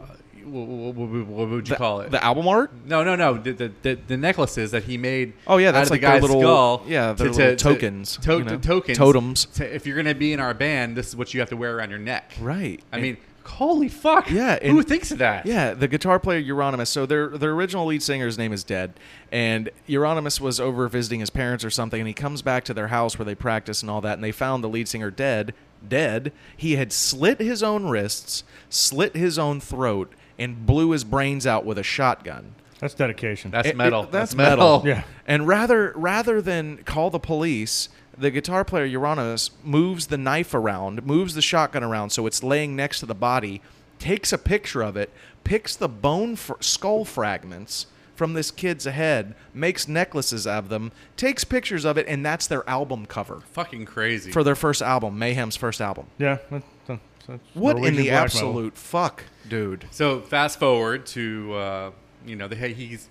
[SPEAKER 3] uh, what, what, what- what would you
[SPEAKER 2] The-
[SPEAKER 3] call it?
[SPEAKER 2] the album art.
[SPEAKER 3] No, no, no. The, the, the, the necklaces that he made.
[SPEAKER 2] Oh, yeah, that's
[SPEAKER 3] out of
[SPEAKER 2] like
[SPEAKER 3] the
[SPEAKER 2] their
[SPEAKER 3] guy's
[SPEAKER 2] little-
[SPEAKER 3] skull.
[SPEAKER 2] yeah,
[SPEAKER 3] to-
[SPEAKER 2] their
[SPEAKER 3] to-
[SPEAKER 2] little
[SPEAKER 3] to-
[SPEAKER 2] tokens,
[SPEAKER 3] to-
[SPEAKER 2] you know?
[SPEAKER 3] tokens,
[SPEAKER 2] Totems.
[SPEAKER 3] To, if you're gonna be in our band, this is what you have to wear around your neck.
[SPEAKER 2] Right.
[SPEAKER 3] I
[SPEAKER 2] And-
[SPEAKER 3] mean, holy fuck.
[SPEAKER 2] Yeah,
[SPEAKER 3] Who
[SPEAKER 2] and-
[SPEAKER 3] thinks of that?
[SPEAKER 2] Yeah, the guitar player Euronymous. So their their original lead singer's name is Dead, and Euronymous was over visiting his parents or something, and he comes back to their house where they practice and all that, and they found the lead singer dead. Dead. He had slit his own wrists, slit his own throat, and blew his brains out with a shotgun.
[SPEAKER 4] That's dedication.
[SPEAKER 3] That's
[SPEAKER 2] It- it-
[SPEAKER 3] metal.
[SPEAKER 2] that's, metal.
[SPEAKER 4] Yeah.
[SPEAKER 2] And rather rather than call the police, the guitar player Uranus moves the knife around, moves the shotgun around so it's laying next to the body, takes a picture of it, picks the bone fr- skull fragments from this kid's head, makes necklaces out of them, takes pictures of it, and that's their album cover
[SPEAKER 3] Fucking crazy.
[SPEAKER 2] for their first album, Mayhem's first album.
[SPEAKER 4] yeah. That's, that's, that's
[SPEAKER 2] What
[SPEAKER 4] Norwegian
[SPEAKER 2] in the
[SPEAKER 4] black
[SPEAKER 2] absolute fuck, dude?
[SPEAKER 3] so fast forward to uh, you know the hey he's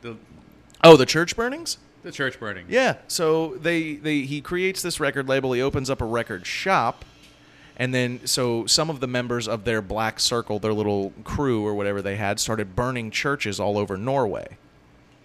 [SPEAKER 3] the
[SPEAKER 2] Oh, the church burnings?
[SPEAKER 3] the church burning.
[SPEAKER 2] Yeah. So they, they he creates this record label. He opens up a record shop, and then so some of the members of their black circle, their little crew or whatever they had, started burning churches all over Norway,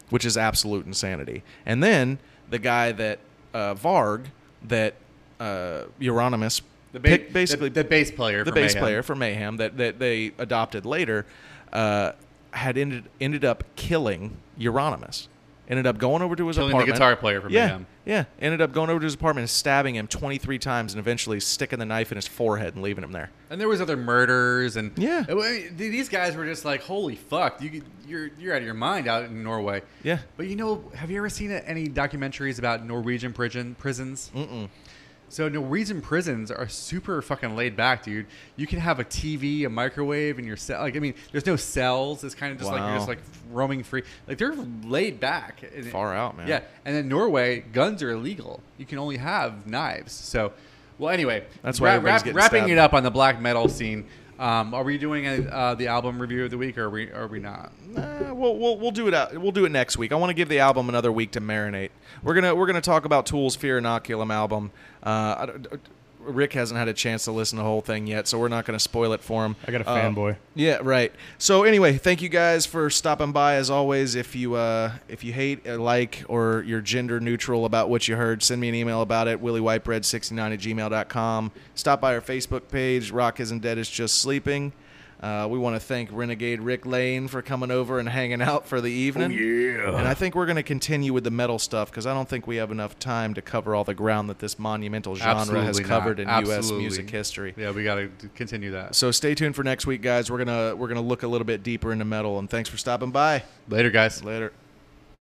[SPEAKER 2] which is absolute insanity. And then the guy that uh, Varg that uh, Euronymous
[SPEAKER 3] The ba-
[SPEAKER 2] picked basically
[SPEAKER 3] the, the bass player.
[SPEAKER 2] the
[SPEAKER 3] for
[SPEAKER 2] bass
[SPEAKER 3] Mayhem.
[SPEAKER 2] player for Mayhem that, that they adopted later, uh, had ended ended up killing Euronymous. Ended up going over to his
[SPEAKER 3] Killing the
[SPEAKER 2] apartment.
[SPEAKER 3] guitar player for
[SPEAKER 2] yeah,
[SPEAKER 3] Mayhem.
[SPEAKER 2] Yeah, ended up going over to his apartment and stabbing him 23 times and eventually sticking the knife in his forehead and leaving him there.
[SPEAKER 3] And there was other murders and
[SPEAKER 2] Yeah.
[SPEAKER 3] I mean, These guys were just like, "Holy fuck, you you're you're out of your mind out in Norway."
[SPEAKER 2] Yeah.
[SPEAKER 3] But you know, have you ever seen any documentaries about Norwegian prison prisons? Mm-mm. So Norwegian prisons are super fucking laid back, dude. You can have a TV, a microwave, and your cell. Like, I mean, there's no cells. It's kind of just like you're
[SPEAKER 2] Wow.
[SPEAKER 3] just like roaming free. Like they're laid back. And-
[SPEAKER 2] Far out, man.
[SPEAKER 3] Yeah, and in Norway, guns are illegal. You can only have knives. So, well, anyway,
[SPEAKER 2] That's why everybody's getting
[SPEAKER 3] wrapping
[SPEAKER 2] stabbed.
[SPEAKER 3] it up on the black metal scene. Um, are we doing a, uh, the album review of the week, or are we are we not?
[SPEAKER 2] Uh, we'll, we'll we'll do it out. We'll do it next week. I want to give the album another week to marinate. We're gonna we're gonna talk about Tool's Fear Inoculum album. Uh, I don't- Rick hasn't had a chance to listen to the whole thing yet, so we're not gonna spoil it for him.
[SPEAKER 4] I got a
[SPEAKER 2] Uh,
[SPEAKER 4] fanboy.
[SPEAKER 2] Yeah, right. So anyway, thank you guys for stopping by. As always, if you uh, if you hate, uh, like, or you're gender neutral about what you heard, send me an email about it. WillyWhiteBread69 at gmail.com. Stop by our Facebook page. Rock isn't dead; it's just sleeping. Uh, we want to thank Renegade Rick Lane for coming over and hanging out for the evening.
[SPEAKER 3] Oh,
[SPEAKER 2] yeah. And I think we're going to continue with the metal stuff because I don't think we have enough time to cover all the ground that this monumental genre has
[SPEAKER 3] Absolutely not.
[SPEAKER 2] covered in U.S.
[SPEAKER 3] Absolutely.
[SPEAKER 2] music history.
[SPEAKER 3] Yeah, we got to continue that.
[SPEAKER 2] So stay tuned for next week, guys. We're gonna we're gonna look a little bit deeper into metal. And thanks for stopping by.
[SPEAKER 3] Later, guys.
[SPEAKER 2] Later.